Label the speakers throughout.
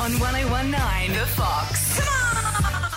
Speaker 1: on 1019 The Fox.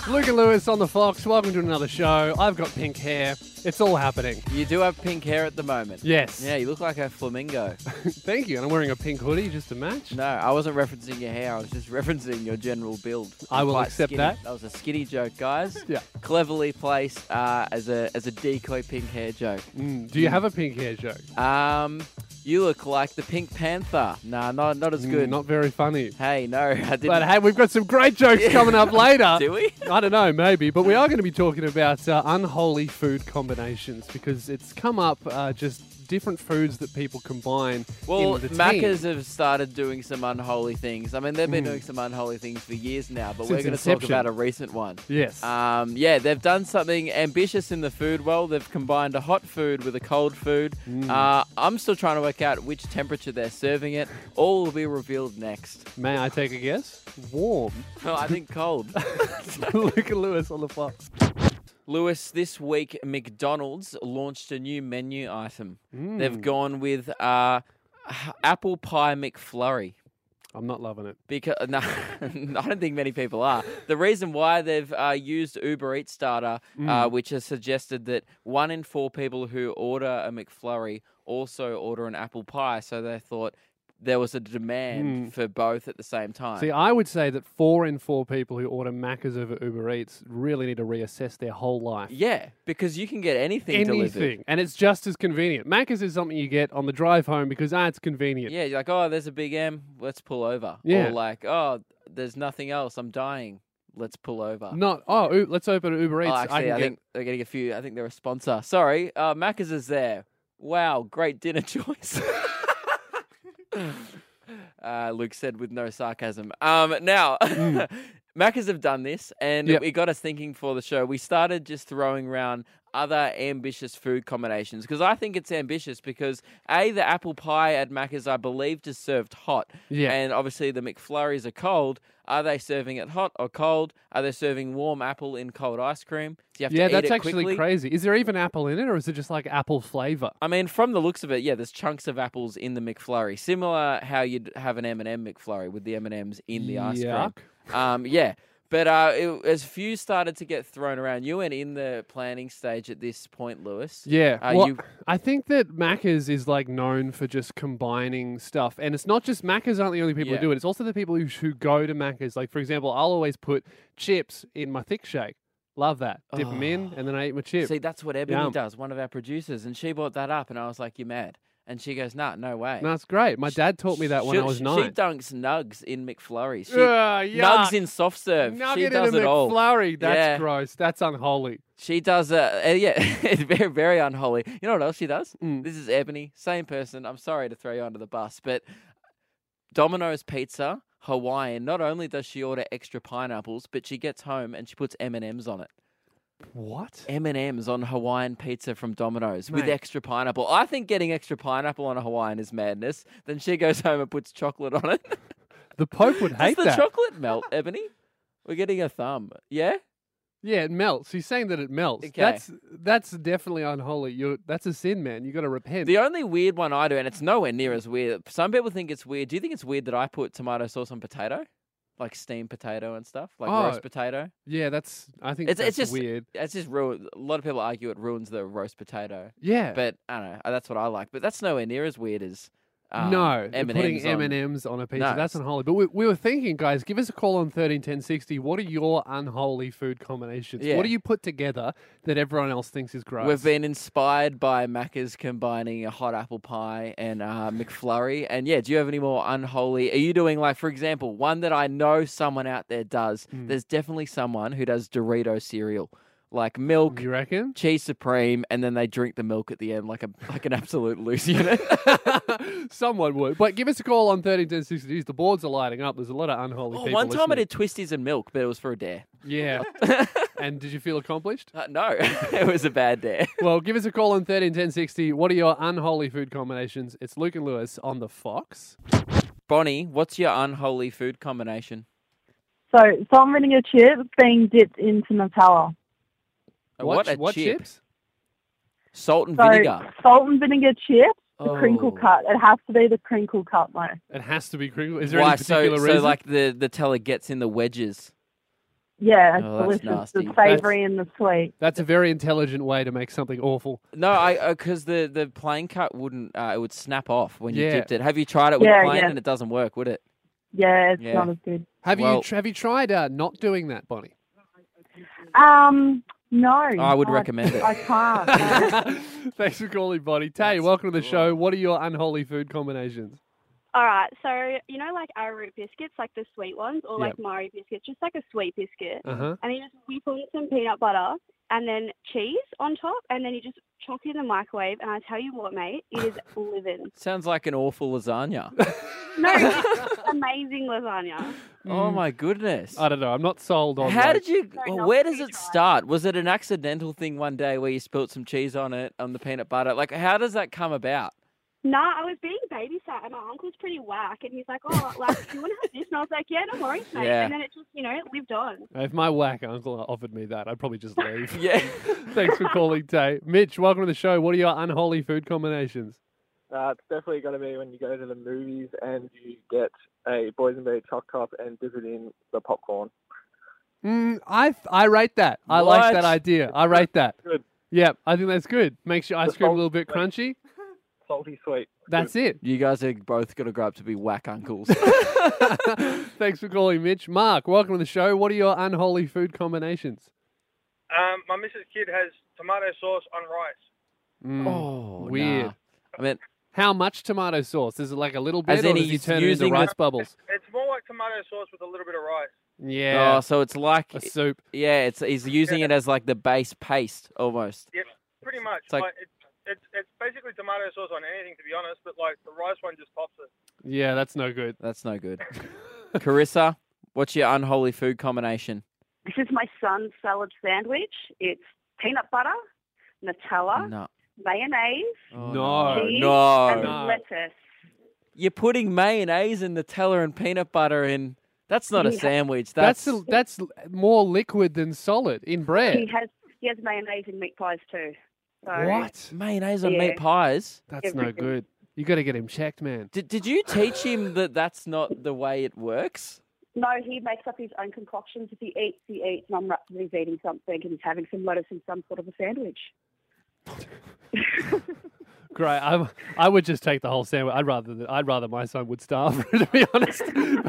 Speaker 2: Luke and Lewis on the Fox. Welcome to another show. I've got pink hair. It's all happening.
Speaker 3: You do have pink hair at the moment.
Speaker 2: Yes.
Speaker 3: Yeah, you look like a flamingo.
Speaker 2: Thank you. And I'm wearing a pink hoodie just to match.
Speaker 3: No, I wasn't referencing your hair. I was just referencing your general build.
Speaker 2: I
Speaker 3: You're
Speaker 2: will
Speaker 3: quite
Speaker 2: accept
Speaker 3: skinny.
Speaker 2: that.
Speaker 3: That was a skinny joke, guys.
Speaker 2: Yeah.
Speaker 3: Cleverly placed uh, as a as a decoy pink hair joke.
Speaker 2: Mm, do you have a pink hair joke?
Speaker 3: Um, you look like the Pink Panther. Nah, not not as
Speaker 2: Mm,
Speaker 3: good.
Speaker 2: Not very funny.
Speaker 3: hey, no, I didn't.
Speaker 2: But hey, we've got some great jokes coming up later.
Speaker 3: do we?
Speaker 2: I don't know, maybe, but we are going to be talking about uh, unholy food combinations because it's come up uh, just different foods that people combine.
Speaker 3: Well,
Speaker 2: in the team. Mm.
Speaker 3: Maccas have started doing some unholy things. I mean, they've been doing some unholy things for years now, but we're
Speaker 2: Since
Speaker 3: going to talk
Speaker 2: inception.
Speaker 3: about a recent one.
Speaker 2: Yes.
Speaker 3: Um, yeah, they've done something ambitious in the food world. They've combined a hot food with a cold food. Uh, I'm still trying to work out which temperature they're serving it. All will be revealed next.
Speaker 2: May I take a guess? Warm.
Speaker 3: Oh, I think cold.
Speaker 2: Luke and Lewis on the Fox.
Speaker 3: Lewis, this week McDonald's launched a new menu item. They've gone with uh, apple pie McFlurry.
Speaker 2: I'm not loving it.
Speaker 3: Because no, I don't think many people are. The reason why they've uh, used Uber Eats data, uh,
Speaker 2: Hmm.
Speaker 3: which has suggested that one in four people who order a McFlurry also order an apple pie, so they thought there was a demand for both at the same time.
Speaker 2: Hmm. See, I would say that four in four people who order Maccas over Uber Eats really need to reassess their whole life.
Speaker 3: yeah, because you can get anything, delivered.
Speaker 2: Anything. And it's just as convenient. Maccas is something you get on the drive home because, ah, it's convenient.
Speaker 3: Yeah, you're like, oh, there's a big M, let's pull over.
Speaker 2: Yeah.
Speaker 3: Or like, oh, there's nothing else, I'm dying, let's pull over.
Speaker 2: Not, oh, oo- let's open Uber
Speaker 3: Oh,
Speaker 2: Eats.
Speaker 3: actually,
Speaker 2: can
Speaker 3: I,
Speaker 2: get
Speaker 3: think they're getting a few. I think they're a sponsor. Sorry, uh, Macca's is there. Wow, great dinner choice. uh, Luke said with no sarcasm. Um, now, Macca's have done this, and
Speaker 2: Mm. Yep.
Speaker 3: it got us thinking for the show. We started just throwing around other ambitious food combinations because I think it's ambitious because a the apple pie at Macca's I believe is served hot,
Speaker 2: Yeah.
Speaker 3: and obviously the McFlurries are cold. Are they serving it hot or cold? Are they serving warm apple in cold ice cream? Do you have to
Speaker 2: Yeah,
Speaker 3: eat
Speaker 2: that's
Speaker 3: it
Speaker 2: actually
Speaker 3: quickly?
Speaker 2: crazy. Is there even apple in it, or is it just like apple flavor?
Speaker 3: I mean, from the looks of it, yeah, there's chunks of apples in the McFlurry, similar how you'd have an M&M McFlurry with the M&Ms in the ice
Speaker 2: Yuck.
Speaker 3: cream. Um, yeah, but uh, it, as few started to get thrown around, you went in the planning stage at this point, Lewis.
Speaker 2: Yeah,
Speaker 3: Uh,
Speaker 2: well,
Speaker 3: you-
Speaker 2: I think that Macca's is like known for just combining stuff, and it's not just Macca's aren't the only people
Speaker 3: Yeah.
Speaker 2: who do it. It's also the people who, who go to Macca's. Like for example, I'll always put chips in my thick shake. Love that. Dip them in, and then I eat my chip.
Speaker 3: Ah. See, that's what Ebony
Speaker 2: Yum.
Speaker 3: does, one of our producers, and she brought that up, and I was like, "You're mad," and she goes, "No, no way."
Speaker 2: no, it's great. My dad taught me that when I
Speaker 3: She-
Speaker 2: was
Speaker 3: she
Speaker 2: nine.
Speaker 3: dunks nugs in McFlurries. She,
Speaker 2: Ugh,
Speaker 3: nugs
Speaker 2: yuck.
Speaker 3: in soft serve.
Speaker 2: Nugget
Speaker 3: she
Speaker 2: in
Speaker 3: does
Speaker 2: a
Speaker 3: it all.
Speaker 2: McFlurry. That's
Speaker 3: Yeah.
Speaker 2: gross. That's unholy.
Speaker 3: She does. Uh, uh, yeah, it's very very unholy. You know what else she does?
Speaker 2: Mm.
Speaker 3: This is Ebony, same person. I'm sorry to throw you under the bus, but Domino's Pizza. Hawaiian. Not only does she order extra pineapples, but she gets home and she puts M and M's on it.
Speaker 2: What?
Speaker 3: M and M's on Hawaiian pizza from Domino's with
Speaker 2: Mate.
Speaker 3: extra pineapple. I think getting extra pineapple on a Hawaiian is madness. Then she goes home and puts chocolate on it.
Speaker 2: The Pope would
Speaker 3: Does
Speaker 2: hate
Speaker 3: the
Speaker 2: that.
Speaker 3: chocolate melt, Ebony? We're getting a thumb. Yeah?
Speaker 2: Yeah, it melts. He's saying that it melts.
Speaker 3: Okay.
Speaker 2: That's that's definitely unholy. You that's a sin, man. You got to repent.
Speaker 3: The only weird one I do, and it's nowhere near as weird. Some people think it's weird. Do you think it's weird that I put tomato sauce on potato? Like steamed potato and stuff? Like
Speaker 2: Oh.
Speaker 3: roast potato?
Speaker 2: yeah, that's. I think
Speaker 3: It's,
Speaker 2: that's
Speaker 3: it's just
Speaker 2: weird.
Speaker 3: It's just ruined. A lot of people argue it ruins the roast potato.
Speaker 2: Yeah,
Speaker 3: But I don't know. That's what I like. But that's nowhere near as weird as. Um,
Speaker 2: no,
Speaker 3: M&Ms
Speaker 2: putting M
Speaker 3: on-
Speaker 2: and M's on a pizza
Speaker 3: No,
Speaker 2: that's
Speaker 3: it's-
Speaker 2: unholy. But we, we were thinking, guys, give us a call on thirteen ten sixty. What are your unholy food combinations?
Speaker 3: Yeah.
Speaker 2: What do you put together that everyone else thinks is gross?
Speaker 3: We've been inspired by Macca's combining a hot apple pie and uh, McFlurry. And yeah, do you have any more unholy? Are you doing like, for example, one that I know someone out there does?
Speaker 2: Hmm.
Speaker 3: There's definitely someone who does Dorito cereal, like milk,
Speaker 2: you reckon?
Speaker 3: cheese supreme, and then they drink the milk at the end like a like an absolute loose unit.
Speaker 2: Someone would, but give us a call on thirteen ten sixty. Jeez, The boards are lighting up. There's a lot of unholy
Speaker 3: Oh,
Speaker 2: people.
Speaker 3: one time I
Speaker 2: listening.
Speaker 3: did twisties and milk, but it was for a dare.
Speaker 2: Yeah. and did you feel accomplished?
Speaker 3: Uh, no, it was a bad dare.
Speaker 2: Well, give us a call on 13 10 60. What are your unholy food combinations? It's Luke and Lewis on the Fox.
Speaker 3: Bonnie, what's your unholy food combination?
Speaker 4: So salmonella chips being dipped into Nutella.
Speaker 3: Uh, What, a chip.
Speaker 2: chips?
Speaker 3: Salt and
Speaker 4: So
Speaker 3: vinegar.
Speaker 4: salt and vinegar chips The crinkle
Speaker 3: Oh.
Speaker 4: cut. It has to be the crinkle cut though.
Speaker 2: It has to be crinkle. Is there
Speaker 3: Why?
Speaker 2: any particular
Speaker 3: so,
Speaker 2: reason?
Speaker 3: so like the the teller gets in the wedges.
Speaker 4: Yeah, it's
Speaker 3: Oh, that's
Speaker 4: delicious.
Speaker 3: nasty.
Speaker 4: The savoury and the sweet.
Speaker 2: That's a very intelligent way to make something awful.
Speaker 3: No, I because the the plain cut wouldn't. Uh, it would snap off when you
Speaker 2: Yeah.
Speaker 3: dipped it. Have you tried it with
Speaker 4: Yeah,
Speaker 3: plain
Speaker 4: yeah.
Speaker 3: and it doesn't work? Would it?
Speaker 4: Yeah, it's
Speaker 3: Yeah.
Speaker 4: not as good.
Speaker 2: Have
Speaker 3: Well-
Speaker 2: you tr- have you tried uh, not doing that, Bonnie?
Speaker 4: Um, no.
Speaker 3: I would recommend it.
Speaker 4: I can't. no.
Speaker 2: Thanks for calling, Bonnie. Tay,
Speaker 3: That's
Speaker 2: welcome to the
Speaker 3: cool.
Speaker 2: show. What are your unholy food combinations?
Speaker 5: All right, so you know, like arrowroot biscuits, like the sweet ones, or
Speaker 2: Yep.
Speaker 5: like Mari biscuits, just like a sweet biscuit,
Speaker 2: Uh
Speaker 3: Uh-huh.
Speaker 2: huh.
Speaker 5: and you just whip on some peanut butter and then cheese on top, and then you just chuck it in the microwave. And I tell you what, mate, it is living.
Speaker 3: Sounds like an awful lasagna.
Speaker 5: No, it's amazing lasagna.
Speaker 3: oh my goodness.
Speaker 2: Mm. I don't know. I'm not sold on.
Speaker 3: How
Speaker 2: that.
Speaker 3: did you?
Speaker 5: Sorry,
Speaker 3: well,
Speaker 5: not
Speaker 3: where
Speaker 5: to
Speaker 3: does
Speaker 5: be
Speaker 3: it
Speaker 5: tried.
Speaker 3: start? Was it an accidental thing one day where you spilt some cheese on it on the peanut butter? Like, how does that come about?
Speaker 5: Nah, I was being babysat, and my uncle's pretty whack, and he's like, "Oh, like, do you want to have this?" And I was like, "Yeah, no worries, mate."
Speaker 3: Yeah.
Speaker 5: And then it just, you know, lived on.
Speaker 2: If my whack uncle offered me that, I'd probably just leave.
Speaker 3: Yeah.
Speaker 2: Thanks for calling, Tay. Mitch, welcome to the show. What are your unholy food combinations?
Speaker 6: Uh, it's definitely going to be when you go to the movies and you get a boysenberry choc cup and dip it in the popcorn.
Speaker 2: Mm, I I rate that. I like
Speaker 3: What?
Speaker 2: that idea. I rate that.
Speaker 6: Good.
Speaker 2: Yeah, I think that's good. Makes your ice
Speaker 6: The
Speaker 2: cream a
Speaker 3: Oh,
Speaker 6: salt-
Speaker 2: little bit crunchy.
Speaker 6: Salty sweet.
Speaker 2: That's it.
Speaker 3: you guys are both going to grow up to be whack uncles.
Speaker 2: Thanks for calling, Mitch. Mark, welcome to the show. What are your unholy food combinations?
Speaker 7: Um, my Mrs. Kid has tomato sauce on rice.
Speaker 2: Mm.
Speaker 3: oh,
Speaker 2: Weird.
Speaker 3: nah. I mean,
Speaker 2: How much tomato sauce? Is it like a little bit,
Speaker 3: As
Speaker 2: or
Speaker 3: in
Speaker 2: does he
Speaker 3: he's
Speaker 2: turn it into
Speaker 3: using
Speaker 2: rice
Speaker 3: the-
Speaker 2: bubbles?
Speaker 7: It's more like tomato sauce with a little bit of rice.
Speaker 2: Yeah,
Speaker 3: oh, so it's like,
Speaker 2: a soup.
Speaker 3: yeah, it's he's using it as like the base paste almost.
Speaker 7: Pretty much.
Speaker 3: It's like-
Speaker 7: like, it's, it's, it's basically tomato sauce on anything, to be honest, but like the rice one just pops it.
Speaker 2: Yeah, that's no good.
Speaker 3: That's no good. Carissa, what's your unholy food combination?
Speaker 8: This is my son's salad sandwich. It's peanut butter, Nutella,
Speaker 3: No.
Speaker 8: mayonnaise,
Speaker 3: Oh,
Speaker 2: No.
Speaker 8: Cheese
Speaker 3: No.
Speaker 8: and
Speaker 2: No.
Speaker 8: lettuce.
Speaker 3: You're putting mayonnaise and Nutella and peanut butter in. That's not a
Speaker 8: Yeah.
Speaker 3: sandwich.
Speaker 2: That's
Speaker 3: That's,
Speaker 2: that's, l- more liquid than solid in bread.
Speaker 8: He has he has mayonnaise in meat pies too. So
Speaker 2: What?
Speaker 3: mayonnaise on
Speaker 8: Yeah.
Speaker 3: meat pies.
Speaker 2: That's no
Speaker 8: Everything.
Speaker 2: good. You got to get him checked, man.
Speaker 3: Did, did you teach him that that's not the way it works?
Speaker 8: No, he makes up his own concoctions. If he eats, he eats, and I'm wrapped that he's eating something and he's having some lettuce in some sort of a sandwich.
Speaker 2: Great. I, I would just take the whole sandwich. I'd rather that I'd rather my son would starve, to be honest.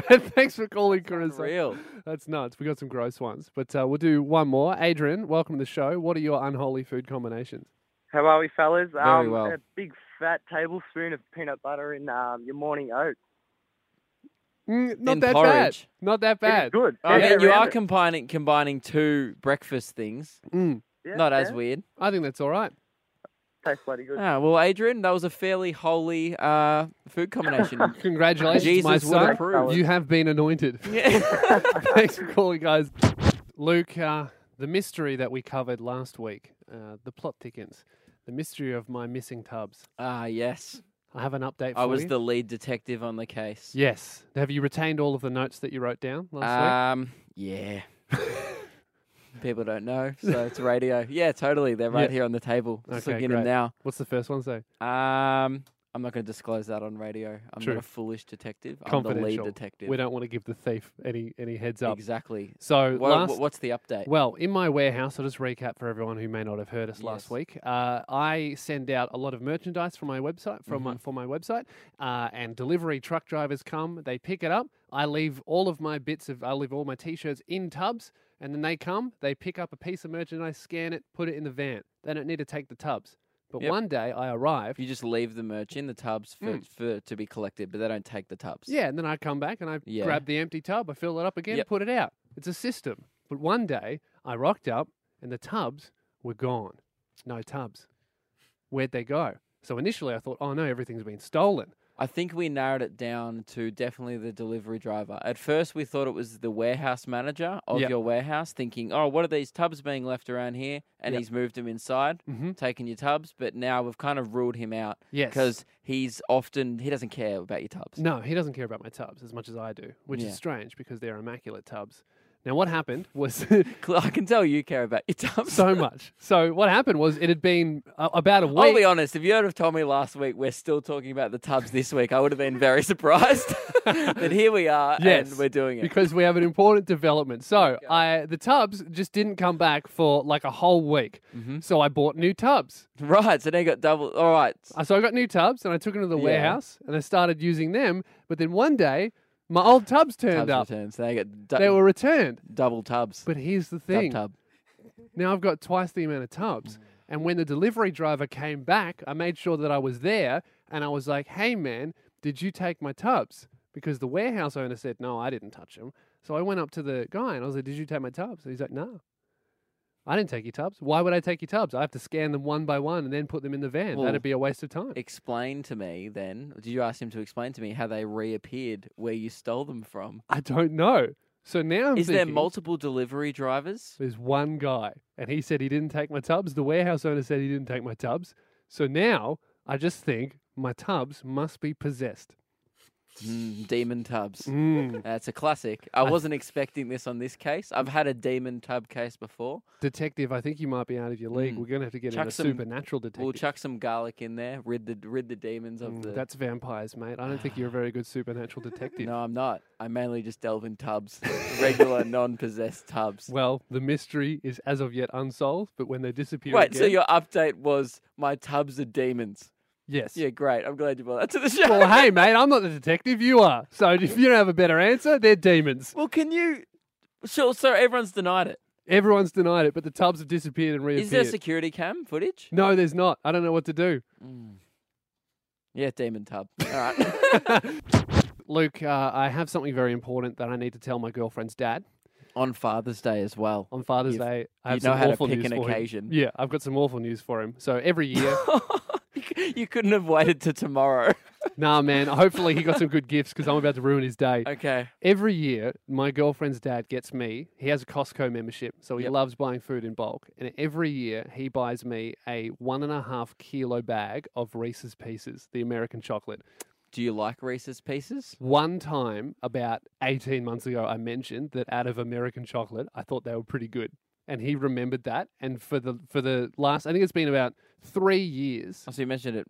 Speaker 2: but thanks for calling, Carissa.
Speaker 3: Real.
Speaker 2: That's nuts. We got some gross ones, but uh, we'll do one more. Adrian, welcome to the show. What are your unholy food combinations?
Speaker 6: How are we, fellas?
Speaker 3: Very
Speaker 6: um,
Speaker 3: well.
Speaker 6: A big fat tablespoon of peanut butter in um, your morning oats.
Speaker 2: Mm, not
Speaker 3: In
Speaker 2: that
Speaker 3: porridge.
Speaker 2: bad. Not that
Speaker 6: It
Speaker 2: bad.
Speaker 6: is good.
Speaker 3: I
Speaker 6: Yeah,
Speaker 3: mean, Oh, you
Speaker 6: yeah,
Speaker 3: are
Speaker 6: yeah.
Speaker 3: combining combining two breakfast things.
Speaker 2: Mm,
Speaker 6: Yeah,
Speaker 3: not as
Speaker 6: yeah.
Speaker 3: weird.
Speaker 2: I think that's all right.
Speaker 6: Tastes bloody good.
Speaker 3: Ah, well, Adrian, that was a fairly holy uh, food combination.
Speaker 2: Congratulations,
Speaker 3: Jesus
Speaker 2: my
Speaker 3: would
Speaker 2: son.
Speaker 3: approve.
Speaker 2: You have been anointed.
Speaker 3: Yeah.
Speaker 2: Thanks for calling, guys. Luke, uh, the mystery that we covered last week, uh, the plot thickens. The mystery of my missing tubs.
Speaker 3: ah, yes.
Speaker 2: I have an update for
Speaker 3: I was
Speaker 2: you.
Speaker 3: the lead detective on the case.
Speaker 2: Yes. Have you retained all of the notes that you wrote down last
Speaker 3: Um, yeah. People don't know, so it's radio. Yeah, totally. They're right
Speaker 2: Yeah.
Speaker 3: here on the table. Just
Speaker 2: Okay,
Speaker 3: looking at 'em
Speaker 2: great.
Speaker 3: now.
Speaker 2: week? What's the first one say?
Speaker 3: Um, I'm not going to disclose that on radio. I'm
Speaker 2: True.
Speaker 3: not a foolish detective. I'm the
Speaker 2: Confidential.
Speaker 3: lead detective.
Speaker 2: We don't want to give the thief any any heads up.
Speaker 3: Exactly.
Speaker 2: So
Speaker 3: Wha- wha-
Speaker 2: last,
Speaker 3: what's the update?
Speaker 2: well, in my warehouse, I'll just recap for everyone who may not have heard us last
Speaker 3: Yes.
Speaker 2: week. Uh, I send out a lot of merchandise from my website from my,
Speaker 3: Mhm.
Speaker 2: for my website, uh, and delivery truck drivers come. They pick it up. I leave all of my bits of I leave all my t-shirts in tubs, and then they come. They pick up a piece of merchandise, scan it, put it in the van. They don't need to take the tubs. But
Speaker 3: Yep.
Speaker 2: one day I arrive.
Speaker 3: you just leave the merch in the tubs for,
Speaker 2: Mm.
Speaker 3: for to be collected, but they don't take the tubs.
Speaker 2: Yeah, and then I come back and I
Speaker 3: Yeah.
Speaker 2: grab the empty tub, I fill it up again,
Speaker 3: Yep.
Speaker 2: put it out. It's a system. But one day I rocked up and the tubs were gone. No tubs. Where'd they go? So initially I thought, oh no, everything's been stolen.
Speaker 3: I think we narrowed it down to definitely the delivery driver. At first, we thought it was the warehouse manager of
Speaker 2: Yep.
Speaker 3: your warehouse, thinking, "Oh, what are these tubs being left around here?" And
Speaker 2: Yep.
Speaker 3: he's moved them inside,
Speaker 2: Mm-hmm.
Speaker 3: taken your tubs. But now we've kind of ruled him out
Speaker 2: Yes.
Speaker 3: because he's often he doesn't care about your tubs.
Speaker 2: No, he doesn't care about my tubs as much as I do, which
Speaker 3: Yeah.
Speaker 2: is strange because they're immaculate tubs. Now, what happened was
Speaker 3: Cl- I can tell you care about your tubs.
Speaker 2: so much. So, what happened was it had been uh, about a week.
Speaker 3: I'll be honest. If you would have told me last week we're still talking about the tubs this week, I would have been very surprised. but here we are,
Speaker 2: Yes,
Speaker 3: and we're doing it.
Speaker 2: because we have an important development. So I the tubs just didn't come back for like a whole week.
Speaker 3: Mm-hmm.
Speaker 2: So I bought new tubs.
Speaker 3: Right, so they got double. All right,
Speaker 2: Uh, So I got new tubs and I took them to the
Speaker 3: Yeah.
Speaker 2: warehouse and I started using them. But then one day my old tubs turned
Speaker 3: tubs
Speaker 2: up.
Speaker 3: returns. They got du-
Speaker 2: They were returned.
Speaker 3: double tubs.
Speaker 2: But here's the
Speaker 3: Dub
Speaker 2: thing.
Speaker 3: tub.
Speaker 2: Now I've got twice the amount of
Speaker 3: Mm.
Speaker 2: tubs. And when the delivery driver came back, I made sure that I was there and I was like, hey, man, did you take my tubs? Because the warehouse owner said, no, I didn't touch them. So I went up to the guy and I was like, did you take my tubs? And he's like, no. I didn't take your tubs. Why would I take your tubs? I have to scan them one by one and then put them in the van.
Speaker 3: Well,
Speaker 2: That'd be a waste of time.
Speaker 3: Explain to me then. Did you ask him to explain to me how they reappeared where you stole them from?
Speaker 2: I don't know. So now I'm
Speaker 3: Is there
Speaker 2: thinking,
Speaker 3: multiple delivery drivers?
Speaker 2: There's one guy, and he said he didn't take my tubs. The warehouse owner said he didn't take my tubs. So now I just think my tubs must be possessed.
Speaker 3: Mm, demon tubs.
Speaker 2: Mm.
Speaker 3: That's a classic. I wasn't expecting this on this case. I've had a demon tub case before.
Speaker 2: Detective, I think you might be out of your league.
Speaker 3: Mm.
Speaker 2: We're going to have to get
Speaker 3: Chuck
Speaker 2: in a
Speaker 3: some-
Speaker 2: supernatural detective.
Speaker 3: We'll chuck some garlic in there. Rid the rid the demons of
Speaker 2: Mm,
Speaker 3: the.
Speaker 2: That's vampires, mate. I don't think you're a very good supernatural detective.
Speaker 3: no, I'm not. I mainly just delve in tubs, regular non-possessed tubs.
Speaker 2: Well, the mystery is as of yet unsolved, but when they disappear
Speaker 3: Wait,
Speaker 2: again,
Speaker 3: so your update was my tubs are demons.
Speaker 2: yes.
Speaker 3: Yeah, great. I'm glad you brought that to the show.
Speaker 2: Well, hey, mate, I'm not the detective. You are. So if you don't have a better answer, they're demons.
Speaker 3: Well, can you? Sure. So everyone's denied it.
Speaker 2: Everyone's denied it, but the tubs have disappeared and reappeared.
Speaker 3: Is there security cam footage?
Speaker 2: No, there's not. I don't know what to do.
Speaker 3: Yeah, demon tub. All right.
Speaker 2: Luke, uh, I have something very important that I need to tell my girlfriend's dad
Speaker 3: On Father's Day as well.
Speaker 2: on Father's
Speaker 3: You've-
Speaker 2: Day. I
Speaker 3: you
Speaker 2: have
Speaker 3: know
Speaker 2: some
Speaker 3: how to
Speaker 2: awful
Speaker 3: pick
Speaker 2: news
Speaker 3: an
Speaker 2: for him.
Speaker 3: occasion.
Speaker 2: Yeah, I've got some awful news for him. So every year,
Speaker 3: you couldn't have waited till tomorrow.
Speaker 2: nah, man. Hopefully, he got some good gifts because I'm about to ruin his day.
Speaker 3: Okay.
Speaker 2: Every year, my girlfriend's dad gets me. He has a Costco membership, so he
Speaker 3: Yep.
Speaker 2: loves buying food in bulk. And every year, he buys me a one and a half kilo bag of Reese's Pieces, the American chocolate.
Speaker 3: Do you like Reese's Pieces?
Speaker 2: One time, about 18 months ago, I mentioned that out of American chocolate, I thought they were pretty good. And he remembered that. And for the for the last, I think it's been about three years.
Speaker 3: Oh, so you mentioned it.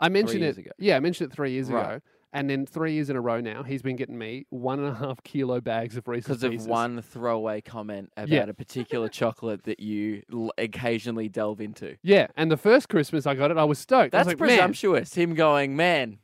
Speaker 2: I mentioned
Speaker 3: years
Speaker 2: it.
Speaker 3: ago.
Speaker 2: Yeah, I mentioned it three years
Speaker 3: Right.
Speaker 2: ago. And then three years in a row now, he's been getting me one and a half kilo bags of Reese's
Speaker 3: Because
Speaker 2: Pieces.
Speaker 3: of one throwaway comment about
Speaker 2: Yeah.
Speaker 3: a particular chocolate that you l- occasionally delve into.
Speaker 2: Yeah, and the first Christmas I got it, I was stoked. I was
Speaker 3: That's
Speaker 2: like, "Man,
Speaker 3: presumptuous. Him going, man,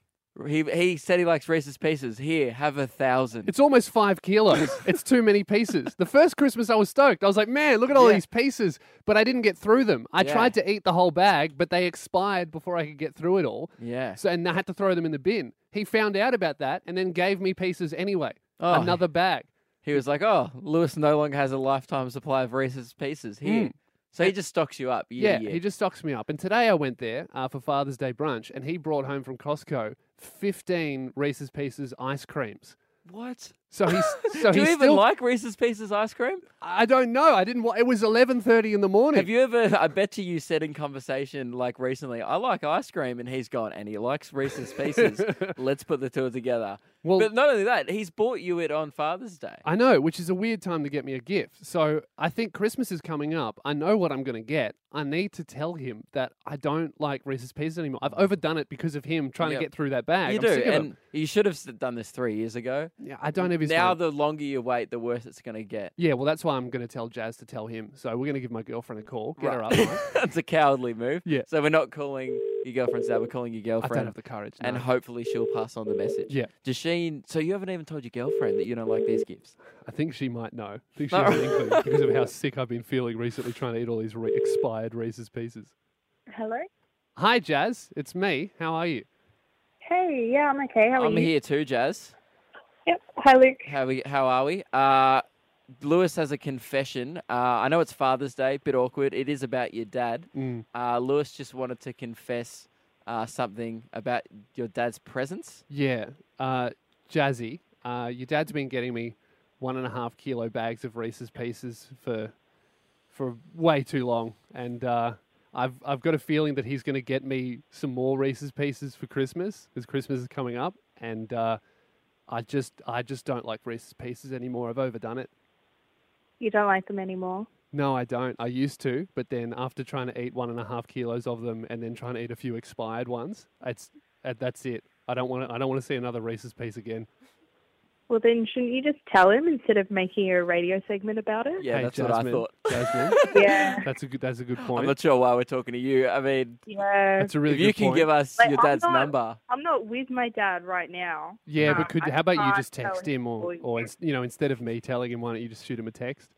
Speaker 3: he, he said he likes Reese's Pieces. Here, have a thousand.
Speaker 2: It's almost five kilos. it's too many pieces. The first Christmas, I was stoked. I was like, man, look at all
Speaker 3: Yeah.
Speaker 2: these pieces. But I didn't get through them. I
Speaker 3: Yeah.
Speaker 2: tried to eat the whole bag, but they expired before I could get through it all.
Speaker 3: yeah.
Speaker 2: So, and I had to throw them in the bin. He found out about that and then gave me pieces anyway.
Speaker 3: Oh.
Speaker 2: Another bag.
Speaker 3: He was like, oh, Lewis no longer has a lifetime supply of Reese's Pieces. Here. So he just stocks you up. Year
Speaker 2: Hmm. Yeah,
Speaker 3: to year.
Speaker 2: he just stocks me up. And today I went there uh, for Father's Day brunch and he brought home from Costco 15 Reese's Pieces ice creams.
Speaker 3: what?
Speaker 2: So he's so
Speaker 3: Do
Speaker 2: he's
Speaker 3: you even
Speaker 2: still,
Speaker 3: like Reese's Pieces ice cream?
Speaker 2: I don't know. I didn't. wa- It was eleven thirty in the morning.
Speaker 3: Have you ever? I bet you you said in conversation like recently, I like ice cream, and he's gone, and he likes Reese's Pieces. Let's put the two together.
Speaker 2: Well-
Speaker 3: but not only that, he's bought you it on Father's Day.
Speaker 2: I know, which is a weird time to get me a gift. So I think Christmas is coming up. I know what I'm going to get. I need to tell him that I don't like Reese's Pieces anymore. I've overdone it because of him trying
Speaker 3: Yep.
Speaker 2: to get through that bag.
Speaker 3: you
Speaker 2: I'm
Speaker 3: do,
Speaker 2: sick of
Speaker 3: and
Speaker 2: him.
Speaker 3: you should have s- done this three years ago.
Speaker 2: Yeah, I don't have his.
Speaker 3: now,
Speaker 2: name.
Speaker 3: the longer you wait, the worse it's going to get.
Speaker 2: yeah, well, that's why I'm going to tell Jazz to tell him. So we're going to give my girlfriend a call. Get her up. mate.
Speaker 3: That's a cowardly move.
Speaker 2: Yeah.
Speaker 3: So we're not calling your girlfriend's dad. We're calling your
Speaker 2: I
Speaker 3: girlfriend.
Speaker 2: don't have the courage.
Speaker 3: and
Speaker 2: no.
Speaker 3: hopefully she'll pass on the message.
Speaker 2: Yeah.
Speaker 3: Does she? So you haven't even told your girlfriend that you don't like these gifts.
Speaker 2: I think she might know. I think she
Speaker 3: No.
Speaker 2: has an inkling because of how sick I've been feeling recently trying to eat all these re- expired Reese's Pieces.
Speaker 8: Hello?
Speaker 2: Hi, Jazz. It's me. How are you?
Speaker 8: Hey, yeah, I'm okay. How are
Speaker 3: I'm
Speaker 8: you?
Speaker 3: here too, Jazz.
Speaker 8: Yep. Hi, Luke.
Speaker 3: How we? How are we? Uh, Lewis has a confession. Uh, I know it's Father's Day, bit awkward. It is about your dad.
Speaker 2: Mm.
Speaker 3: Uh, Lewis just wanted to confess uh, something about your dad's presence.
Speaker 2: Yeah, uh, Jazzy, uh, your dad's been getting me one and a half kilo bags of Reese's Pieces for for way too long, and uh, I've I've got a feeling that he's going to get me some more Reese's Pieces for Christmas because Christmas is coming up, and uh, I just I just don't like Reese's Pieces anymore. I've overdone it.
Speaker 9: You don't like them anymore.
Speaker 2: No, I don't. I used to, but then after trying to eat one and a half kilos of them and then trying to eat a few expired ones, it's uh, that's it. I don't want to. I don't want to see another Reese's piece again.
Speaker 9: Well, then shouldn't you just tell him instead of making a radio segment about it?
Speaker 3: Yeah,
Speaker 2: Hey,
Speaker 3: that's
Speaker 2: Jasmine,
Speaker 3: what I thought.
Speaker 2: Jasmine,
Speaker 9: Yeah.
Speaker 2: that's a good. That's a good
Speaker 3: I'm
Speaker 2: point.
Speaker 3: not sure why we're talking to you. I mean,
Speaker 9: yeah.
Speaker 2: that's a really
Speaker 3: if
Speaker 2: good
Speaker 3: you can
Speaker 2: point.
Speaker 3: give us
Speaker 9: Like,
Speaker 3: your
Speaker 9: I'm
Speaker 3: dad's
Speaker 9: not-
Speaker 3: number,
Speaker 9: I'm not with my dad right now.
Speaker 2: yeah, but
Speaker 9: Nah,
Speaker 2: could
Speaker 9: I
Speaker 2: how about you
Speaker 9: can't
Speaker 2: just
Speaker 9: tell
Speaker 2: text
Speaker 9: him
Speaker 2: him or
Speaker 9: for
Speaker 2: or
Speaker 9: you.
Speaker 2: ins- you know instead of me telling him, why don't you just shoot him a text?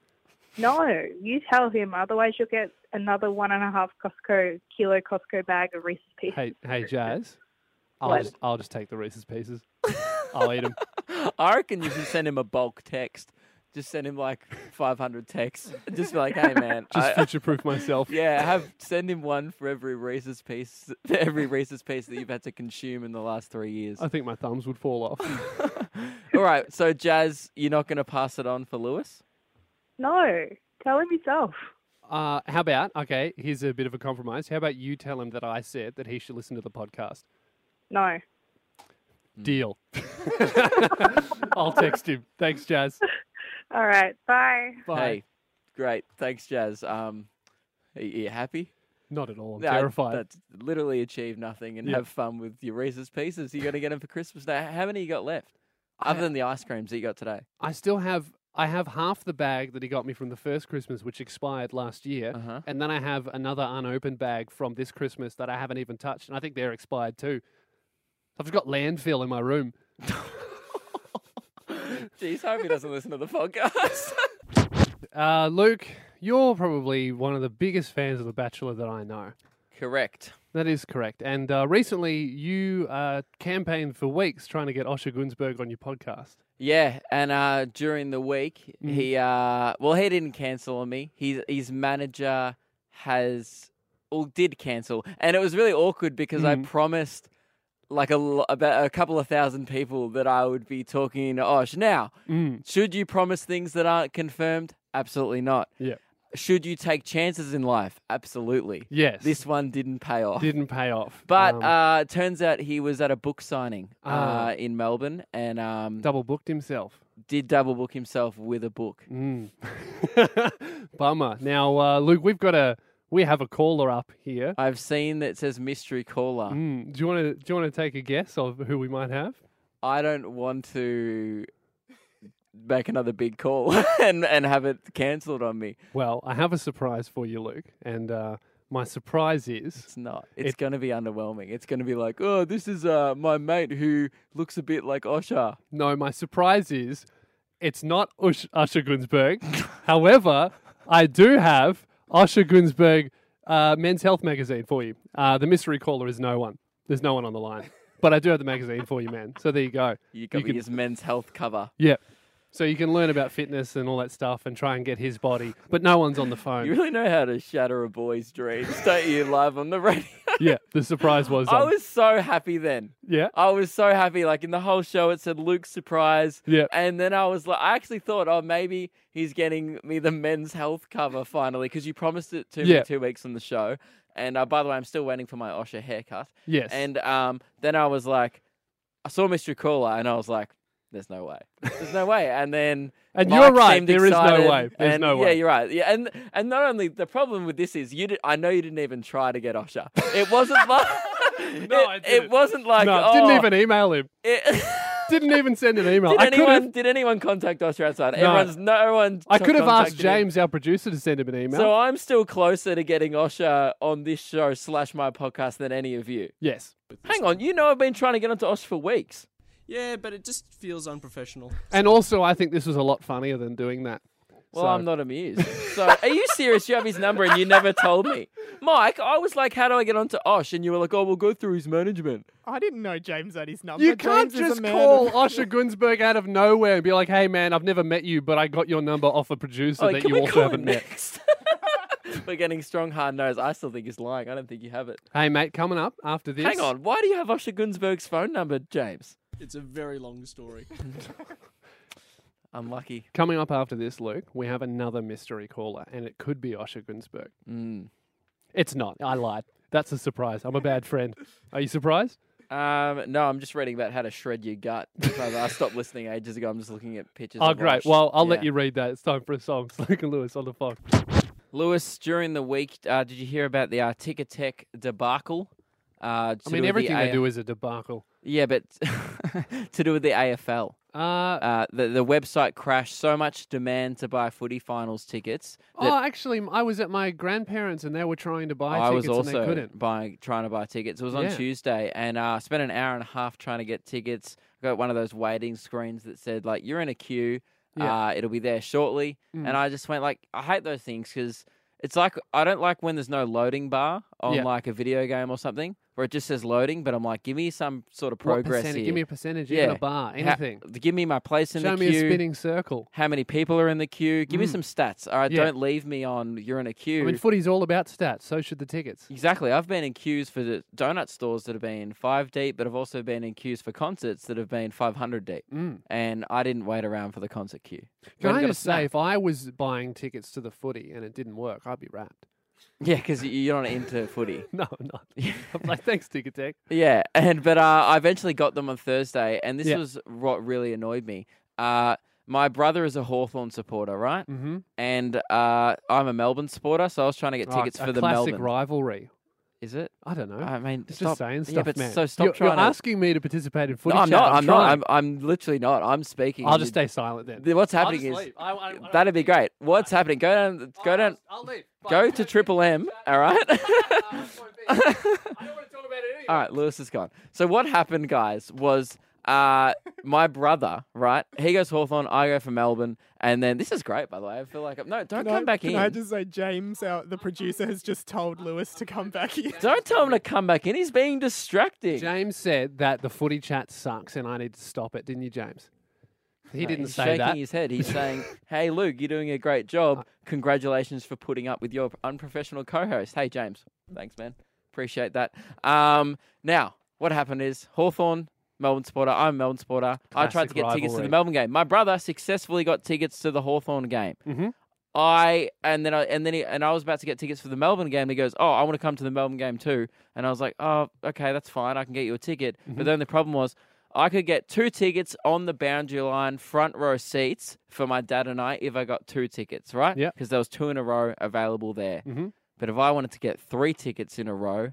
Speaker 9: No, you tell him. Otherwise, you'll get another one and a half Costco kilo Costco bag of Reese's Pieces.
Speaker 2: Hey, hey, Jazz, I'll
Speaker 9: What?
Speaker 2: just, I'll just take the Reese's pieces. I'll eat them.
Speaker 3: I reckon you can send him a bulk text. Just send him like 500 texts. Just be like, hey man,
Speaker 2: Just
Speaker 3: I-
Speaker 2: future proof myself.
Speaker 3: yeah, have send him one for every Reese's piece, every Reese's piece that you've had to consume in the last three years.
Speaker 2: I think my thumbs would fall off.
Speaker 3: All right, so Jazz, you're not going to pass it on for Lewis.
Speaker 9: No, tell him yourself.
Speaker 2: Uh, how about, okay, here's a bit of a compromise. How about you tell him that I said that he should listen to the podcast?
Speaker 9: No.
Speaker 3: Hmm.
Speaker 2: Deal. I'll text him. Thanks, Jazz.
Speaker 9: All right. Bye.
Speaker 2: Bye.
Speaker 3: Hey, great, thanks, Jazz. Um, are you happy?
Speaker 2: Not at all. I'm
Speaker 3: No,
Speaker 2: terrified.
Speaker 3: That's literally achieve nothing and
Speaker 2: Yeah.
Speaker 3: have fun with your Reese's pieces. You're going to get them for Christmas. Now, how many you got left? Other than the ice creams that you got today.
Speaker 2: I still have I have half the bag that he got me from the first Christmas, which expired last year,
Speaker 3: Uh-huh.
Speaker 2: and then I have another unopened bag from this Christmas that I haven't even touched, and I think they're expired too. I've just got landfill in my room.
Speaker 3: Jeez, hope he doesn't listen to the podcast.
Speaker 2: Uh, Luke, you're probably one of the biggest fans of The Bachelor that I know.
Speaker 3: Correct.
Speaker 2: That is correct. And uh, recently, you uh, campaigned for weeks trying to get Osher Gunsberg on your podcast.
Speaker 3: Yeah, and uh, during the week
Speaker 2: Mm.
Speaker 3: he uh, well he didn't cancel on me. His his manager has well did cancel, and it was really awkward because I
Speaker 2: Mm.
Speaker 3: promised like a lo- about a couple of thousand people that I would be talking to Osh. Now,
Speaker 2: Mm.
Speaker 3: should you promise things that aren't confirmed? Absolutely not.
Speaker 2: Yeah.
Speaker 3: Should you take chances in life? Absolutely.
Speaker 2: Yes.
Speaker 3: This one didn't pay off.
Speaker 2: didn't pay off.
Speaker 3: But
Speaker 2: Um,
Speaker 3: uh, it turns out he was at a book signing
Speaker 2: Ah.
Speaker 3: uh, in Melbourne and um,
Speaker 2: double booked himself.
Speaker 3: did double book himself with a book.
Speaker 2: Mm. Bummer. Now, uh, Luke, we've got a we have a caller up here.
Speaker 3: I've seen that says mystery caller.
Speaker 2: Mm. Do you want to do you want to take a guess of who we might have?
Speaker 3: I don't want to make another big call and, and have it cancelled on me.
Speaker 2: Well, I have a surprise for you, Luke, and uh, my surprise is
Speaker 3: It's not. It's
Speaker 2: It-
Speaker 3: going to be underwhelming. It's going to be like, oh, this is uh, my mate who looks a bit like Osha.
Speaker 2: no. My surprise is it's not Ush- Usher Gunsberg. However, I do have Usher Gunsberg uh, Men's Health magazine for you. Uh, the mystery caller is no one. There's no one on the line, but I do have the magazine for you, man. So there you go.
Speaker 3: You got
Speaker 2: You can-
Speaker 3: his men's health cover.
Speaker 2: Yeah. So you can learn about fitness and all that stuff and try and get his body, but no one's on the phone.
Speaker 3: You really know how to shatter a boy's dreams, don't you? Live on the radio.
Speaker 2: yeah, the surprise was.
Speaker 3: I
Speaker 2: on.
Speaker 3: was so happy then.
Speaker 2: yeah.
Speaker 3: I was so happy. Like in the whole show, it said Luke's surprise.
Speaker 2: Yeah.
Speaker 3: And then I was like, I actually thought, oh, maybe he's getting me the men's health cover finally because you promised it to
Speaker 2: Yeah.
Speaker 3: me two weeks on the show. And uh, by the way, I'm still waiting for my Osha haircut.
Speaker 2: Yes.
Speaker 3: And um, then I was like, I saw Mr. Caller and I was like, there's no way. There's no way. And then.
Speaker 2: And
Speaker 3: Mike
Speaker 2: you're right.
Speaker 3: seemed
Speaker 2: There is
Speaker 3: excited,
Speaker 2: no way. There's
Speaker 3: and-
Speaker 2: no
Speaker 3: Yeah,
Speaker 2: way.
Speaker 3: you're right. Yeah, and and not only the problem with this is you. Did, I know you didn't even try to get Osha. It wasn't like
Speaker 2: No,
Speaker 3: it,
Speaker 2: I
Speaker 3: it
Speaker 2: didn't.
Speaker 3: wasn't like
Speaker 2: no,
Speaker 3: oh,
Speaker 2: didn't even email him.
Speaker 3: it-
Speaker 2: Didn't even send an email.
Speaker 3: did
Speaker 2: I could
Speaker 3: anyone
Speaker 2: have.
Speaker 3: did anyone contact Osher outside? Everyone's no one.
Speaker 2: I
Speaker 3: t-
Speaker 2: could have asked
Speaker 3: contacted him.
Speaker 2: James, our producer, to send him an email.
Speaker 3: So I'm still closer to getting Osher on this show slash my podcast than any of you.
Speaker 2: yes.
Speaker 3: Hang on, you know I've been trying to get onto Osher for weeks.
Speaker 10: Yeah, but it just feels unprofessional.
Speaker 2: And also, I think this was a lot funnier than doing that.
Speaker 3: Well,
Speaker 2: So-
Speaker 3: I'm not amused. So are you serious? You have his number and you never told me, Mike. I was like, how do I get onto Osh? And you were like, oh, we'll go through his management.
Speaker 11: I didn't know James had his number.
Speaker 2: You can't
Speaker 11: James is a
Speaker 2: just
Speaker 11: man
Speaker 2: call
Speaker 11: of-
Speaker 2: Osher Gunsberg out of nowhere and be like, "Hey, man, I've never met you, but I got your number off a producer
Speaker 3: Oh,
Speaker 2: that
Speaker 3: can
Speaker 2: you
Speaker 3: we
Speaker 2: also
Speaker 3: call
Speaker 2: haven't
Speaker 3: him
Speaker 2: met."
Speaker 3: next? we're getting strong hard nose. I still think he's lying. I don't think you have it.
Speaker 2: Hey, mate, coming up after this.
Speaker 3: Hang on, why do you have Osher Gunsberg's phone number, James?
Speaker 10: It's a very long story.
Speaker 3: Unlucky.
Speaker 2: Coming up after this, Luke, we have another mystery caller, and it could be Osher Gunsberg.
Speaker 3: Mm.
Speaker 2: It's not. I lied. That's a surprise. I'm a bad friend. Are you surprised?
Speaker 3: Um, no, I'm just reading about how to shred your gut. I stopped listening ages ago. I'm just looking at pictures.
Speaker 2: Oh,
Speaker 3: of
Speaker 2: great.
Speaker 3: Rush.
Speaker 2: Well, I'll
Speaker 3: Yeah.
Speaker 2: let you read that. It's time for a song. It's Luke and Lewis on the Fox.
Speaker 3: Lewis, during the week, uh, did you hear about the uh, Ticker Tech debacle? Uh,
Speaker 2: I mean, everything they do is a debacle.
Speaker 3: Yeah, but to do with the AFL.
Speaker 2: Uh,
Speaker 3: the, the website crashed. So much demand to buy footy finals tickets. That
Speaker 2: Oh, actually, m- I was at my grandparents and they were trying to buy
Speaker 3: I was
Speaker 2: tickets and they
Speaker 3: also
Speaker 2: couldn't.
Speaker 3: buying, trying to buy tickets. It was on
Speaker 2: Yeah.
Speaker 3: Tuesday, and uh, I spent an hour and a half trying to get tickets. I got one of those waiting screens that said like you're in a queue.
Speaker 12: Yeah.
Speaker 3: Uh, it'll be there shortly,
Speaker 12: Mm.
Speaker 3: and I just went like I hate those things because it's like I don't like when there's no loading bar on
Speaker 2: Yeah.
Speaker 3: like a video game or something where it just says loading, but I'm like give me some sort of
Speaker 2: What
Speaker 3: progress
Speaker 2: percentage-
Speaker 3: here.
Speaker 2: give me a percentage, even a bar,
Speaker 3: Ha-
Speaker 2: anything.
Speaker 3: give me my place in
Speaker 2: Show
Speaker 3: the
Speaker 2: me
Speaker 3: queue.
Speaker 2: a spinning circle.
Speaker 3: How many people are in the queue? Give me
Speaker 2: Mm.
Speaker 3: some stats. All right,
Speaker 2: Yeah.
Speaker 3: don't leave me on you're in a
Speaker 2: I
Speaker 3: queue.
Speaker 2: mean, footy's all about stats. So should the tickets.
Speaker 3: Exactly. I've been in queues for the donut stores that have been five deep, but I've also been in queues for concerts that have been 500 deep.
Speaker 2: Mm.
Speaker 3: And I didn't wait around for the concert queue.
Speaker 2: Can
Speaker 3: Went and
Speaker 2: I
Speaker 3: got a
Speaker 2: just
Speaker 3: snack.
Speaker 2: say, if I was buying tickets to the footy and it didn't work, I'd be wrapped.
Speaker 3: Yeah, because you're not into footy.
Speaker 2: No, I'm not. I'm like, thanks, Ticket Tech.
Speaker 3: Yeah, and but uh, I eventually got them on Thursday, and this
Speaker 2: Yeah.
Speaker 3: was what really annoyed me. Uh, my brother is a Hawthorn supporter, right?
Speaker 2: Mhm.
Speaker 3: And uh, I'm a Melbourne supporter, so I was trying to get
Speaker 2: Oh,
Speaker 3: tickets
Speaker 2: a
Speaker 3: for the
Speaker 2: classic
Speaker 3: Melbourne.
Speaker 2: rivalry.
Speaker 3: Is it?
Speaker 2: I don't know.
Speaker 3: I mean,
Speaker 2: It's
Speaker 3: stop.
Speaker 2: just saying
Speaker 3: yeah,
Speaker 2: stuff,
Speaker 3: but
Speaker 2: man.
Speaker 3: So stop
Speaker 2: you're,
Speaker 3: trying
Speaker 2: you're
Speaker 3: to
Speaker 2: asking me to participate in footy
Speaker 3: no, I'm
Speaker 2: chat.
Speaker 3: not.
Speaker 2: I'm,
Speaker 3: I'm, not.
Speaker 2: trying.
Speaker 3: I'm, I'm literally not. I'm speaking.
Speaker 2: I'll
Speaker 3: and
Speaker 2: just
Speaker 3: you-
Speaker 2: stay silent then.
Speaker 3: Th- What's
Speaker 2: I'll
Speaker 3: happening
Speaker 2: just
Speaker 3: is
Speaker 2: leave. I- I- I don't Oh,
Speaker 3: that'd be great. What's happening? Go down. Go down.
Speaker 2: I'll leave. Uh,
Speaker 3: Go to Triple M. All right. All right. Lewis is gone. So what happened, guys, was. Uh, my brother, right? He goes Hawthorn, I go for Melbourne, and then this is great, by the way. I feel like I'm, no, don't
Speaker 11: Can
Speaker 3: come
Speaker 11: I,
Speaker 3: back
Speaker 11: can
Speaker 3: in.
Speaker 11: I just say, James, our, the producer, has just told Lewis to come back here.
Speaker 3: Don't tell him to come back in. He's being distracting.
Speaker 2: James said that the footy chat sucks and I need to stop it, didn't you, James? He
Speaker 3: No,
Speaker 2: didn't
Speaker 3: he's
Speaker 2: say
Speaker 3: shaking
Speaker 2: that.
Speaker 3: his head. He's saying, "Hey, Luke, you're doing a great
Speaker 11: Uh,
Speaker 3: job. Congratulations for putting up with your unprofessional co-host." Hey, James. Thanks, man. Appreciate that. Um, now, what happened is Hawthorn, Melbourne supporter. I'm a Melbourne supporter. I tried to
Speaker 12: Classic
Speaker 3: get tickets to the
Speaker 12: rivalry.
Speaker 3: Melbourne game. My brother successfully got tickets to the Hawthorn game.
Speaker 2: Mm-hmm.
Speaker 3: I and then I and then he, and I was about to get tickets for the Melbourne game. And he goes, "Oh, I want to come to the Melbourne game too." And I was like, "Oh, okay, that's fine. I can get you a ticket."
Speaker 12: Mhm.
Speaker 3: But then the problem was, I could get two tickets on the boundary line, front row seats for my dad and I if I got two tickets, right? Yeah. Because there was two in a row available there.
Speaker 2: Mhm.
Speaker 3: But if I wanted to get three tickets in a row,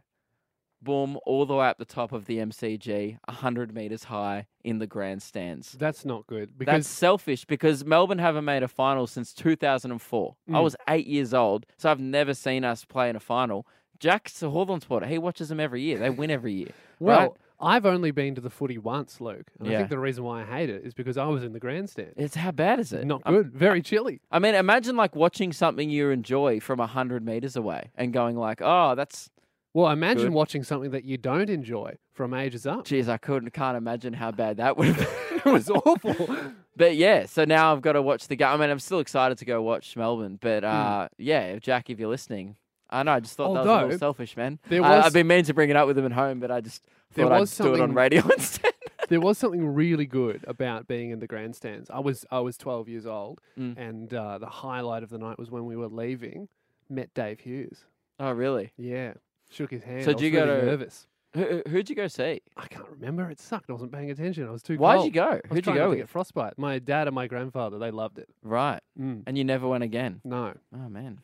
Speaker 3: boom, all the way up the top of the MCG, hundred meters high in the grandstands.
Speaker 2: That's not good
Speaker 3: That's
Speaker 2: because
Speaker 3: selfish because Melbourne haven't made a final since 2004. I
Speaker 2: Mm.
Speaker 3: was eight years old, so I've never seen us play in a final. Jack's a Hawthorn supporter. He watches them every year. They win every year.
Speaker 2: well,
Speaker 3: right?
Speaker 2: I've only been to the footy once, Luke, and I
Speaker 3: Yeah.
Speaker 2: think the reason why I hate it is because I was in the grandstand.
Speaker 3: It's how bad is it?
Speaker 2: Not
Speaker 3: I'm-
Speaker 2: good. Very chilly.
Speaker 3: I mean, imagine like watching something you enjoy from 100 meters away and going like, oh, that's...
Speaker 2: Well, imagine
Speaker 3: Good.
Speaker 2: watching something that you don't enjoy from ages up.
Speaker 3: Jeez, I couldn't can't imagine how bad that would have been.
Speaker 2: it was awful.
Speaker 3: But yeah, so now I've got to watch the game. I mean, I'm still excited to go watch Melbourne.
Speaker 2: Hmm.
Speaker 3: But uh, yeah, Jack, if you're listening, I know, I just thought that was a
Speaker 2: Although,
Speaker 3: little selfish, man.
Speaker 2: there
Speaker 3: I-
Speaker 2: was-
Speaker 3: I've been meaning to bring it up with him at home, but I just
Speaker 2: There
Speaker 3: thought I'd
Speaker 2: was
Speaker 3: do it on
Speaker 2: something-
Speaker 3: radio instead.
Speaker 2: there was something really good about being in the grandstands. I was I was 12 years old,
Speaker 3: Mm.
Speaker 2: and uh, the highlight of the night was when we were leaving, met Dave Hughes.
Speaker 3: Oh, really?
Speaker 2: Yeah, shook his hand.
Speaker 3: So
Speaker 2: I
Speaker 3: did
Speaker 2: was
Speaker 3: you go
Speaker 2: really
Speaker 3: to...
Speaker 2: nervous?
Speaker 3: Who, who'd you go see?
Speaker 2: I can't remember. It sucked. I wasn't paying attention. I was too.
Speaker 3: Why'd
Speaker 2: cold.
Speaker 3: you go?
Speaker 2: I was
Speaker 3: Who'd you
Speaker 2: trying
Speaker 3: go
Speaker 2: not
Speaker 3: with?
Speaker 2: To get frostbite. My dad and my grandfather. They loved it.
Speaker 3: Right.
Speaker 2: Mm.
Speaker 3: And you never went again?
Speaker 2: No.
Speaker 3: Oh, man.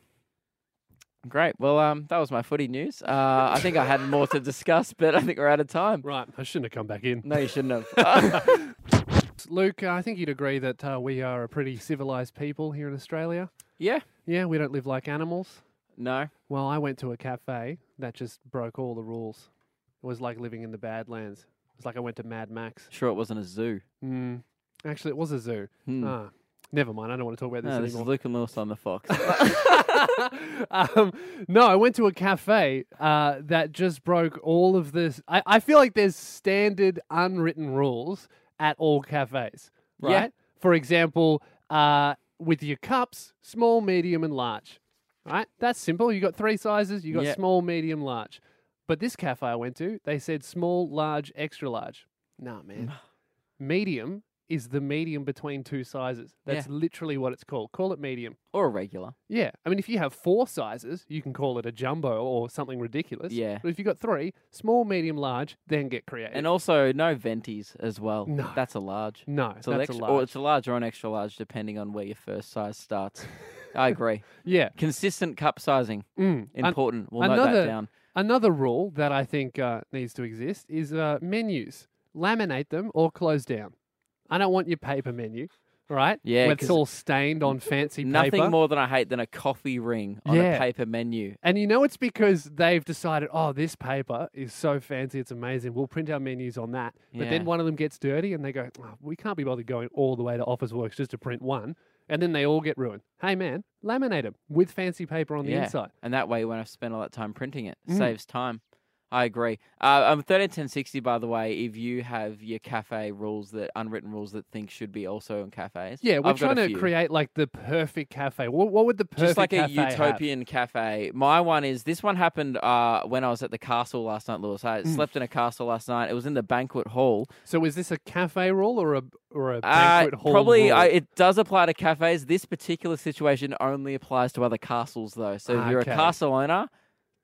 Speaker 3: Great. Well, um, that was my footy news. Uh, I think I had more to discuss, but I think we're out of time.
Speaker 2: Right. I shouldn't have come back in.
Speaker 3: No, you shouldn't have.
Speaker 2: Luke, uh, I think you'd agree that uh, we are a pretty civilized people here in Australia.
Speaker 3: yeah.
Speaker 2: Yeah, we don't live like animals.
Speaker 3: No.
Speaker 2: Well, I went to a cafe that just broke all the rules. It was like living in the Badlands. It was like I went to Mad Max.
Speaker 3: Sure, it wasn't a zoo.
Speaker 2: Mm. Actually, it was a zoo.
Speaker 3: Hmm.
Speaker 2: Ah, never mind. I don't want to talk about this
Speaker 3: No, this is
Speaker 2: anymore.
Speaker 3: Luke and Lewis on the Fox.
Speaker 2: um, no, I went to a cafe uh, that just broke all of this. I, I feel like there's standard unwritten rules at all cafes, right?
Speaker 12: Yeah.
Speaker 2: For example, uh, with your cups, small, medium, and large. Right? That's simple. You got three sizes. You got
Speaker 12: Yeah.
Speaker 2: small, medium, large. But this cafe I went to, they said small, large, extra large. Nah, man. medium is the medium between two sizes. That's literally what it's called. Call it medium.
Speaker 3: Or a regular.
Speaker 2: Yeah. I mean, if you have four sizes, you can call it a jumbo or something ridiculous.
Speaker 3: Yeah.
Speaker 2: But if you've got three, small, medium, large, then get creative.
Speaker 3: And also no venties as well. No, that's a large.
Speaker 2: No,
Speaker 3: it's a
Speaker 2: that's a
Speaker 3: lex-
Speaker 2: large.
Speaker 3: Or it's a large or an extra large, depending on where your first size starts. I agree.
Speaker 2: Yeah.
Speaker 3: consistent cup sizing
Speaker 2: Mm. An-
Speaker 3: important. we'll note
Speaker 2: another,
Speaker 3: that down.
Speaker 2: Another rule that I think uh, needs to exist is uh, menus. Laminate them or close down. I don't want your paper menu, right?
Speaker 3: Yeah,
Speaker 2: Where it's
Speaker 3: 'cause
Speaker 2: all stained on fancy
Speaker 3: Nothing
Speaker 2: paper.
Speaker 3: more than I hate than a coffee ring on
Speaker 2: Yeah.
Speaker 3: a paper menu.
Speaker 2: And you know it's because they've decided, oh, this paper is so fancy, it's amazing. We'll print our menus on that. But
Speaker 3: Yeah.
Speaker 2: then one of them gets dirty and they go, oh, we can't be bothered going all the way to Office Works just to print one. And then they all get ruined. Hey, man, laminate them with fancy paper on the
Speaker 3: Yeah.
Speaker 2: inside.
Speaker 3: And that way, when I've spent all that time printing it,
Speaker 2: Mm.
Speaker 3: saves time. I agree. Uh, um, 13 10 60, by the way, if you have your cafe rules that, unwritten rules that things should be also in cafes.
Speaker 2: Yeah, we're
Speaker 3: I've got
Speaker 2: trying
Speaker 3: a
Speaker 2: to
Speaker 3: few.
Speaker 2: create like the perfect cafe. What, what would the perfect
Speaker 3: Just like a
Speaker 2: cafe have?
Speaker 3: utopian cafe. My one is this one happened uh, when I was at the castle last night, Lewis. I
Speaker 2: Mm.
Speaker 3: slept in a castle last night. It was in the banquet hall.
Speaker 2: So is this a cafe rule or a or a
Speaker 3: Uh,
Speaker 2: banquet hall?
Speaker 3: probably
Speaker 2: rule?
Speaker 3: I, it does apply to cafes. This particular situation only applies to other castles, though. So if you're
Speaker 2: Okay.
Speaker 3: a castle owner,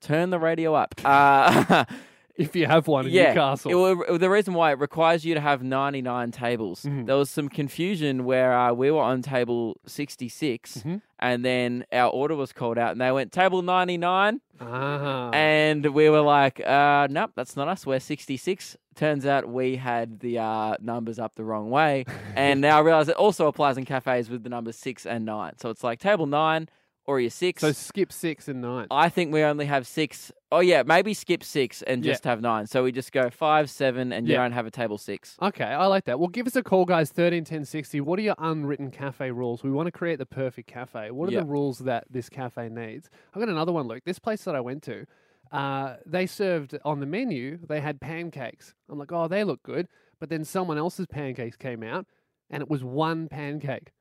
Speaker 3: turn the radio up. Uh,
Speaker 2: if you have one in
Speaker 3: yeah,
Speaker 2: Newcastle.
Speaker 3: it will- the reason why it requires you to have 99 tables.
Speaker 2: Mm-hmm.
Speaker 3: There was some confusion where uh, we were on table 66,
Speaker 2: Mm-hmm.
Speaker 3: and then our order was called out, and they went table 99.
Speaker 2: Ah.
Speaker 3: And we were like, uh, nope, that's not us. We're 66. Turns out we had the uh, numbers up the wrong way. and now I realize it also applies in cafes with the numbers six and nine. So it's like table nine or your six.
Speaker 2: so skip six and nine.
Speaker 3: I think we only have six. Oh, yeah, maybe skip six and
Speaker 2: Yeah.
Speaker 3: just have nine. So we just go five, seven, and you
Speaker 2: Yeah.
Speaker 3: don't have a table six.
Speaker 2: Okay, I like that. Well, give us a call, guys. Thirteen ten sixty. What are your unwritten cafe rules? We want to create the perfect cafe. What are
Speaker 3: Yeah.
Speaker 2: the rules that this cafe needs? I've got another one, Luke. This place that I went to, uh, they served on the menu. They had pancakes. I'm like, oh, they look good. But then someone else's pancakes came out, and it was one pancake.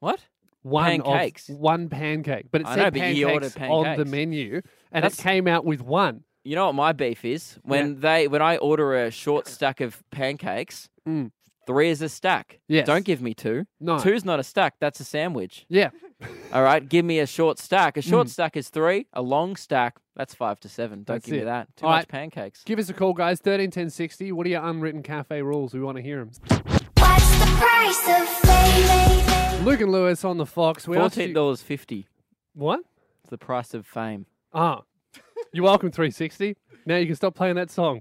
Speaker 3: What?
Speaker 2: One of-
Speaker 3: Pancakes?
Speaker 2: one pancake, but it
Speaker 3: I
Speaker 2: said
Speaker 3: know, but you ordered
Speaker 2: pancakes on the
Speaker 3: pancakes.
Speaker 2: menu, and
Speaker 3: That's-
Speaker 2: it came out with one.
Speaker 3: You know what my beef is? When they when I order a short stack of pancakes,
Speaker 2: Mm.
Speaker 3: three is a stack.
Speaker 2: Yes.
Speaker 3: Don't give me two.
Speaker 2: No.
Speaker 3: Two's not a stack, that's a sandwich.
Speaker 2: Yeah.
Speaker 3: All right, give me a short stack. A short stack is three. A long stack, that's five to seven. Don't
Speaker 2: Hmm. That's
Speaker 3: give
Speaker 2: it.
Speaker 3: me that. Too
Speaker 2: All
Speaker 3: much
Speaker 2: right.
Speaker 3: pancakes.
Speaker 2: Give us a call, guys. Thirteen ten sixty. What are your unwritten cafe rules? We want to hear them.
Speaker 12: Price of fame.
Speaker 2: Luke and Lewis on the Fox. We asked
Speaker 3: Fourteen
Speaker 2: you,
Speaker 3: dollars fifty.
Speaker 2: what?
Speaker 3: It's the price of fame.
Speaker 2: Ah, you're welcome, 360. Now you can stop playing that song.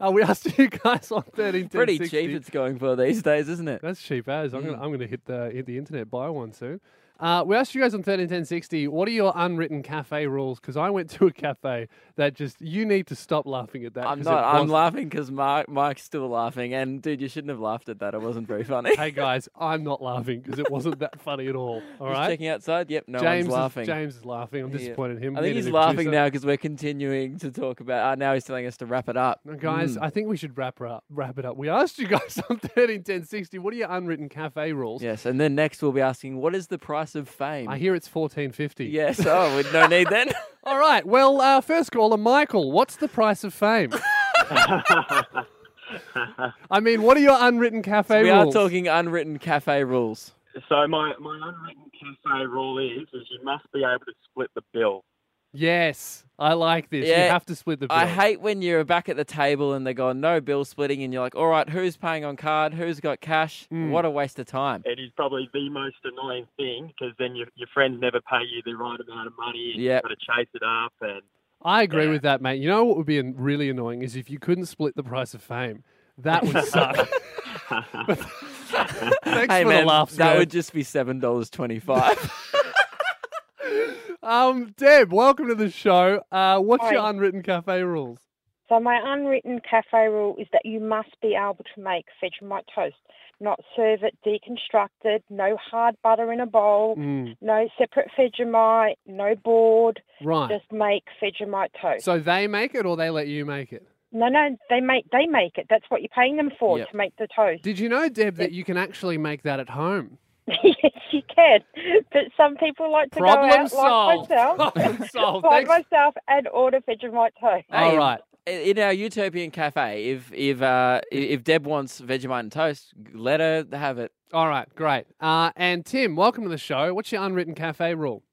Speaker 2: uh, we asked you guys on 13
Speaker 3: Pretty cheap it's Mm. going for these days, isn't it?
Speaker 2: That's cheap as. I'm gonna I'm gonna hit the hit the internet buy one soon. Uh, we asked you guys on 131060, what are your unwritten cafe rules? Because I went to a cafe that just you need to stop laughing at that.
Speaker 3: I'm
Speaker 2: 'cause it
Speaker 3: not. I'm
Speaker 2: was-
Speaker 3: laughing because Mark, Mike's still laughing, and dude, you shouldn't have laughed at that. It wasn't very funny.
Speaker 2: Hey guys, I'm not laughing because it wasn't that funny at all. All
Speaker 3: Just
Speaker 2: right.
Speaker 3: checking outside. Yep, no
Speaker 2: James
Speaker 3: one's laughing.
Speaker 2: Is, James is laughing. I'm
Speaker 3: Yeah.
Speaker 2: disappointed in him.
Speaker 3: I
Speaker 2: We
Speaker 3: think
Speaker 2: need a
Speaker 3: he's
Speaker 2: new
Speaker 3: laughing
Speaker 2: producer.
Speaker 3: now because we're continuing to talk about. Uh, now he's telling us to wrap it up.
Speaker 2: Now, Guys,
Speaker 3: Mm.
Speaker 2: I think we should wrap it up. Wrap it up. We asked you guys on thirteen ten sixty. What are your unwritten cafe rules?
Speaker 3: yes, and then next we'll be asking, what is the price of fame?
Speaker 2: I hear it's fourteen fifty.
Speaker 3: Yes. Oh, with no need then.
Speaker 2: All right. Well, uh, first caller, Michael. What's the price of fame? I mean, what are your unwritten cafe
Speaker 3: we
Speaker 2: rules?
Speaker 3: are talking unwritten cafe rules.
Speaker 13: So my, my unwritten cafe rule is, is you must be able to split the bill.
Speaker 2: Yes, I like this. You have to split the bill.
Speaker 3: I hate when you're back at the table and they go, no bill splitting, and you're like, all right, who's paying on card? Who's got cash?
Speaker 2: Hmm.
Speaker 13: Mm.
Speaker 3: What a waste of time.
Speaker 13: It is probably the most annoying thing because then your, your friends never pay you the right amount of money and
Speaker 3: Yep.
Speaker 13: you've got to chase it up. And
Speaker 2: I agree with that, mate. You know what would be an- really annoying is if you couldn't split the price of fame. That would suck. But- Thanks
Speaker 3: hey,
Speaker 2: for
Speaker 3: man,
Speaker 2: the laughs.
Speaker 3: That
Speaker 2: man.
Speaker 3: would just be seven dollars twenty-five.
Speaker 2: Um, Deb, welcome to the show. Uh, what's your
Speaker 14: Hi.
Speaker 2: unwritten cafe rules?
Speaker 14: So my unwritten cafe rule is that you must be able to make French white toast, not serve it deconstructed, no hard butter in a bowl,
Speaker 2: Mm.
Speaker 14: no separate Vegemite, no board.
Speaker 2: Right.
Speaker 14: Just make Vegemite toast.
Speaker 2: So they make it or they let you make it?
Speaker 14: no, no, they make they make it. That's what you're paying them for
Speaker 2: Yep.
Speaker 14: to make the toast.
Speaker 2: Did you know, Deb, that you can actually make that at home?
Speaker 14: yes, you can. But some people like to
Speaker 2: Problem
Speaker 14: go out
Speaker 2: solved.
Speaker 14: like myself,
Speaker 2: Problem solved.
Speaker 14: like
Speaker 2: Thanks.
Speaker 14: myself, and order Vegemite toast.
Speaker 2: All right.
Speaker 3: in our utopian cafe, if if uh, if Deb wants Vegemite and toast, let her have it.
Speaker 2: All right, great. Uh, and Tim, welcome to the show. What's your unwritten cafe rule?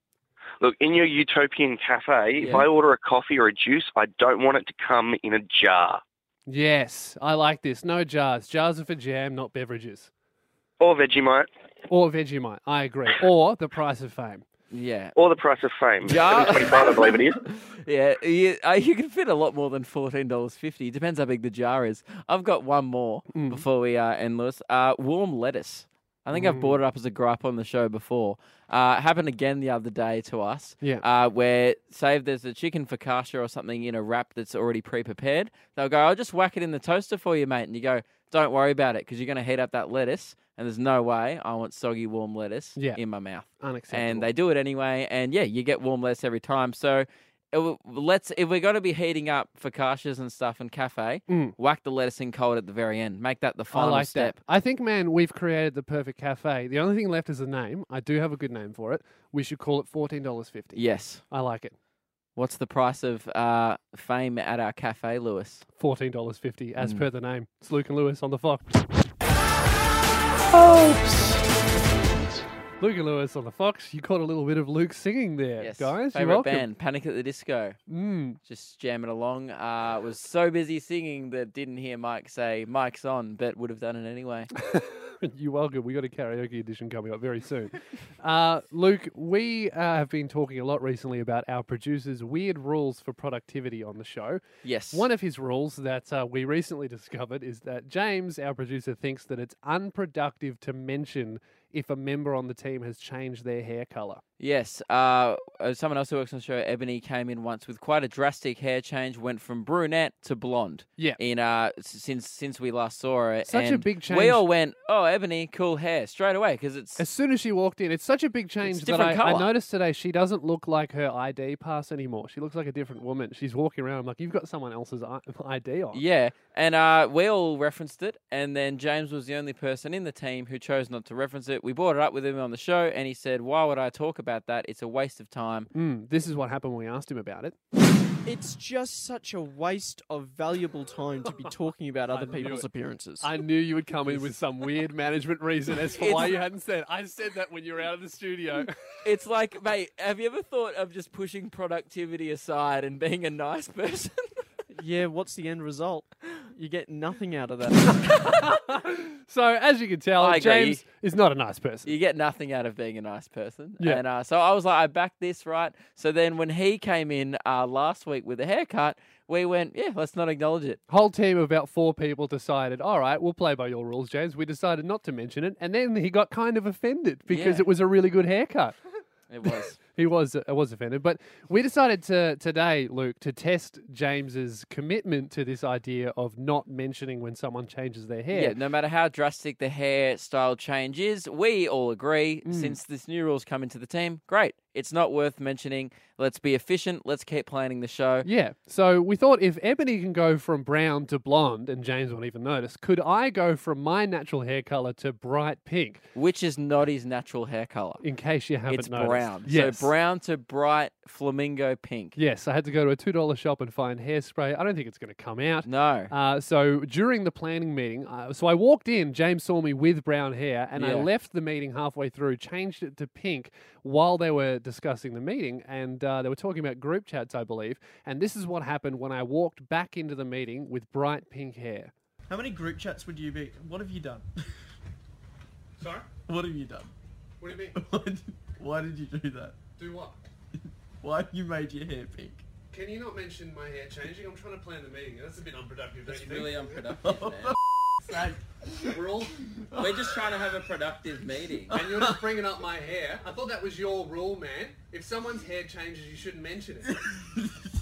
Speaker 15: Look, in your utopian cafe, if
Speaker 2: Yeah.
Speaker 15: I order a coffee or a juice, I don't want it to come in a jar
Speaker 2: Yes, I like this. No jars. Jars are for jam, not beverages.
Speaker 15: or Vegemite
Speaker 2: Or Vegemite. I agree. Or the price of fame.
Speaker 3: Yeah.
Speaker 15: or the price of fame.
Speaker 3: Jar-
Speaker 15: 7.25, I believe it is.
Speaker 3: Yeah, you, uh, you can fit a lot more than fourteen dollars fifty. Depends how big the jar is. I've got one more
Speaker 2: Mm-hmm.
Speaker 3: before we uh, end, Lewis. Uh, warm lettuce. I think I've brought it up as a gripe on the show before. Uh, it happened again the other day to us.
Speaker 2: Yeah.
Speaker 3: Uh, where say if there's a chicken focaccia or something in a wrap that's already pre-prepared, they'll go, "I'll just whack it in the toaster for you, mate," and you go, "Don't worry about it because you're going to heat up that lettuce." And there's no way I want soggy warm lettuce
Speaker 2: Yeah.
Speaker 3: in my mouth.
Speaker 2: Unacceptable.
Speaker 3: And they do it anyway. And yeah, you get warm lettuce every time. So it w- let's if we're going to be heating up focaccias and stuff in cafe,
Speaker 2: Mm.
Speaker 3: whack the lettuce in cold at the very end. Make that the final
Speaker 2: I like
Speaker 3: step.
Speaker 2: that. I think, man, we've created the perfect cafe. The only thing left is a name. I do have a good name for it. We should call it fourteen dollars fifty.
Speaker 3: Yes.
Speaker 2: I like it.
Speaker 3: What's the price of uh, fame at our cafe, Lewis?
Speaker 2: Fourteen dollars fifty, as
Speaker 3: Mm.
Speaker 2: per the name. It's Luke and Lewis on the Fox. Luke and Lewis on the Fox. You caught a little bit of Luke singing there,
Speaker 3: Yes,
Speaker 2: guys. You're
Speaker 3: favorite
Speaker 2: welcome.
Speaker 3: band, Panic at the Disco.
Speaker 2: Mm.
Speaker 3: Just jamming along. Uh, was so busy singing that didn't hear Mike say "Mike's on," but would have done it anyway.
Speaker 2: You're welcome. We got a karaoke edition coming up very soon. uh, Luke, we uh, have been talking a lot recently about our producer's weird rules for productivity on the show.
Speaker 3: Yes.
Speaker 2: One of his rules that uh, we recently discovered is that James, our producer, thinks that it's unproductive to mention if a member on the team has changed their hair color.
Speaker 3: Yes. Uh, uh, someone else who works on the show, Ebony, came in once with quite a drastic hair change. Went from brunette to blonde.
Speaker 2: Yeah.
Speaker 3: In uh, s- since since we last saw her,
Speaker 2: Such a
Speaker 3: and
Speaker 2: big change.
Speaker 3: We all went, "Oh, Ebony, cool hair!" Straight away because it's
Speaker 2: As soon as she walked in, it's such a big change that I,
Speaker 3: different
Speaker 2: I
Speaker 3: colour.
Speaker 2: noticed today she doesn't look like her ID pass anymore. She looks like a different woman. She's walking around. I'm like, you've got someone else's I- ID on.
Speaker 3: yeah. And uh, we all referenced it, and then James was the only person in the team who chose not to reference it. We brought it up with him on the show, and he said, "Why would I talk about that? It's a waste of time."
Speaker 2: Mm, this is what happened when we asked him about it.
Speaker 10: It's just such a waste of valuable time to be talking about other
Speaker 2: knew
Speaker 10: people's
Speaker 2: it.
Speaker 10: appearances.
Speaker 2: I knew you would come in with some weird management reason as for
Speaker 3: It's-
Speaker 2: why you hadn't said. I said that when you were out of the studio.
Speaker 3: It's like, mate, have you ever thought of just pushing productivity aside and being a nice person?
Speaker 10: Yeah, what's the end result? You get nothing out of that.
Speaker 2: so as you can tell,
Speaker 3: I agree.
Speaker 2: James is not a nice person.
Speaker 3: You get nothing out of being a nice person.
Speaker 2: Yeah.
Speaker 3: And uh, so I was like, I backed this, right? So then when he came in uh, last week with a haircut, we went, yeah, let's not acknowledge it.
Speaker 2: Whole team of about four people decided, all right, we'll play by your rules, James. We decided not to mention it, and then he got kind of offended because
Speaker 3: Yeah.
Speaker 2: it was a really good haircut.
Speaker 3: It was.
Speaker 2: He was uh, was offended, but we decided to today, Luke, to test James's commitment to this idea of not mentioning when someone changes their hair.
Speaker 3: Yeah, no matter how drastic the hairstyle change is, we all agree
Speaker 2: Mm.
Speaker 3: since this new rule's come into the team, great. It's not worth mentioning. Let's be efficient. Let's keep planning the show.
Speaker 2: Yeah. So we thought if Ebony can go from brown to blonde and James won't even notice, could I go from my natural hair color to bright pink?
Speaker 3: Which is not his natural hair color.
Speaker 2: In case you haven't
Speaker 3: It's
Speaker 2: noticed.
Speaker 3: brown.
Speaker 2: Yes.
Speaker 3: So brown to bright flamingo pink.
Speaker 2: Yes, I had to go to a two dollar shop and find hairspray. I don't think it's going to come out.
Speaker 3: No.
Speaker 2: Uh, so during the planning meeting, uh, so I walked in. James saw me with brown hair, and I
Speaker 3: Yeah.
Speaker 2: left the meeting halfway through, changed it to pink while they were discussing the meeting, and uh, they were talking about group chats, I believe. And this is what happened when I walked back into the meeting with bright pink hair.
Speaker 10: How many group chats would you be? What have you done?
Speaker 2: Sorry,
Speaker 10: What have you done?
Speaker 2: what do you mean?
Speaker 10: Why did-
Speaker 2: uh,
Speaker 10: Why did you do that?
Speaker 2: Do what?
Speaker 10: Why have you made your hair pink?
Speaker 2: Can you not mention my hair changing? I'm trying to plan the meeting. That's a bit unproductive.
Speaker 16: That's really unproductive, man.
Speaker 2: We're all
Speaker 16: We're just trying to have a productive meeting.
Speaker 2: And you're just bringing up my hair. I thought that was your rule, man. If someone's hair changes, you shouldn't mention it.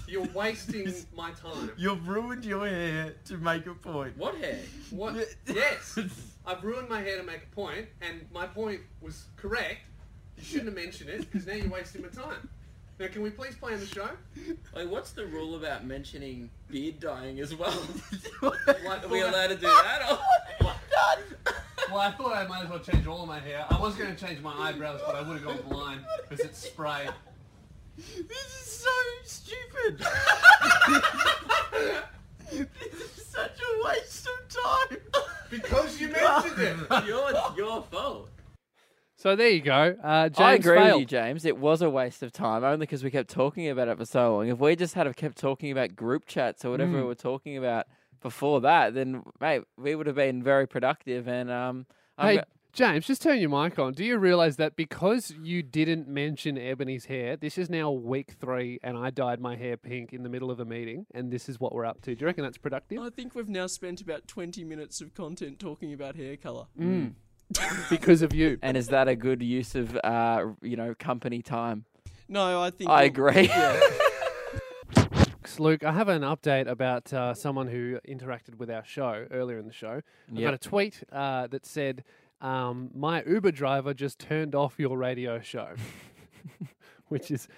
Speaker 2: You're wasting my time.
Speaker 10: You've ruined your hair to make a point.
Speaker 16: What hair?
Speaker 2: What? Yes. I've ruined my hair to make a point, and my point was correct. You shouldn't have mentioned it because now you're wasting my time. Now, can we please play on the show?
Speaker 16: Like, what's the rule about mentioning beard dyeing as well? Why- Are we allowed to do that? Or-
Speaker 2: Well, I thought I might as well change all of my hair. I was going to change my eyebrows, but I would have gone blind because it's spray.
Speaker 10: This is so stupid.
Speaker 16: This is such a waste of time.
Speaker 17: Because you mentioned it.
Speaker 16: your, your fault.
Speaker 2: So there you go. Uh, James
Speaker 3: I agree
Speaker 2: failed.
Speaker 3: with you, James. It was a waste of time, only because we kept talking about it for so long. If we just had have kept talking about group chats or whatever we
Speaker 2: Mm.
Speaker 3: were talking about before that, then mate, we would have been very productive. And um, I'm
Speaker 2: Hey, James, just turn your mic on. Do you realize that because you didn't mention Ebony's hair, this is now week three, and I dyed my hair pink in the middle of a meeting, and this is what we're up to. Do you reckon that's productive?
Speaker 11: I think we've now spent about 20 minutes of content talking about hair color.
Speaker 2: Mm. because of you.
Speaker 3: And is that a good use of uh, you know company time?
Speaker 11: No, I think
Speaker 3: I
Speaker 11: you'll-
Speaker 3: agree.
Speaker 11: yeah.
Speaker 2: Luke, I have an update about uh, someone who interacted with our show earlier in the show. I
Speaker 3: Yep.
Speaker 2: got a tweet uh, that said, um, "My Uber driver just turned off your radio show," which is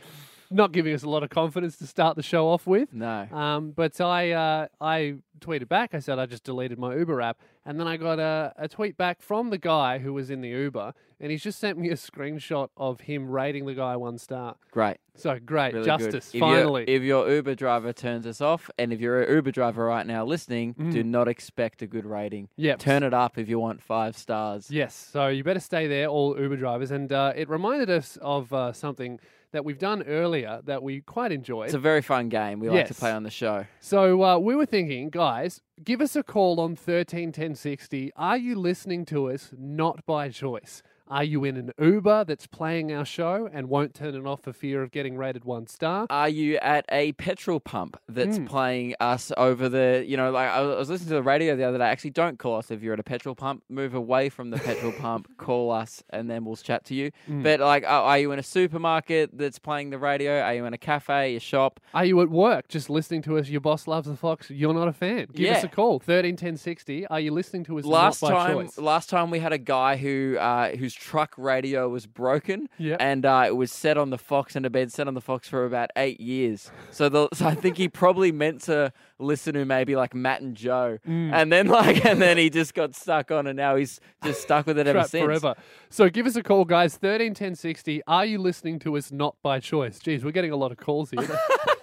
Speaker 2: not giving us a lot of confidence to start the show off with.
Speaker 3: No.
Speaker 2: Um, but I uh, I tweeted back. I said I just deleted my Uber app, and then I got a, a tweet back from the guy who was in the Uber, and he's just sent me a screenshot of him rating the guy one star.
Speaker 3: Great.
Speaker 2: So great
Speaker 3: Really good.
Speaker 2: justice
Speaker 3: If your-
Speaker 2: finally.
Speaker 3: if your Uber driver turns us off, and if you're an Uber driver right now listening, do
Speaker 2: Mm.
Speaker 3: not expect a good rating.
Speaker 2: Yep.
Speaker 3: Turn it up if you want five stars.
Speaker 2: Yes, so you better stay there, all Uber drivers. And uh, it reminded us of uh, something that we've done earlier that we quite enjoyed.
Speaker 3: It's a very fun game we like to
Speaker 2: Yes.
Speaker 3: play on the show.
Speaker 2: so uh, we were thinking, guys, give us a call on 131060. Are you listening to us not by choice? Are you in an Uber that's playing our show and won't turn it off for fear of getting rated one star?
Speaker 3: Are you at a petrol pump that's
Speaker 2: Mm.
Speaker 3: playing us over the, you know, like I was I was listening to the radio the other day. Actually, don't call us if you're at a petrol pump. Move away from the petrol pump, call us, and then we'll chat to you.
Speaker 2: Mm.
Speaker 3: But, like, are, are you in a supermarket that's playing the radio? Are you in a cafe, a shop?
Speaker 2: Are you at work just listening to us? Your boss loves the fox. You're not a fan. Give us a
Speaker 3: Yeah.
Speaker 2: call. 131060. Are you listening to us
Speaker 3: last
Speaker 2: not by
Speaker 3: time,
Speaker 2: choice?
Speaker 3: last time we had a guy who uh, whose truck radio was broken,
Speaker 2: Yep.
Speaker 3: and uh, it was set on the Fox, and it had been set on the Fox for about eight years. So, the, so I think he probably meant to listen to maybe like Matt and Joe,
Speaker 2: Mm.
Speaker 3: and then like, and then he just got stuck on, and now he's just stuck with it ever
Speaker 2: Trapped
Speaker 3: since.
Speaker 2: forever. So give us a call, guys. Thirteen ten sixty. Are you listening to us not by choice? Geez, we're getting a lot of calls here. That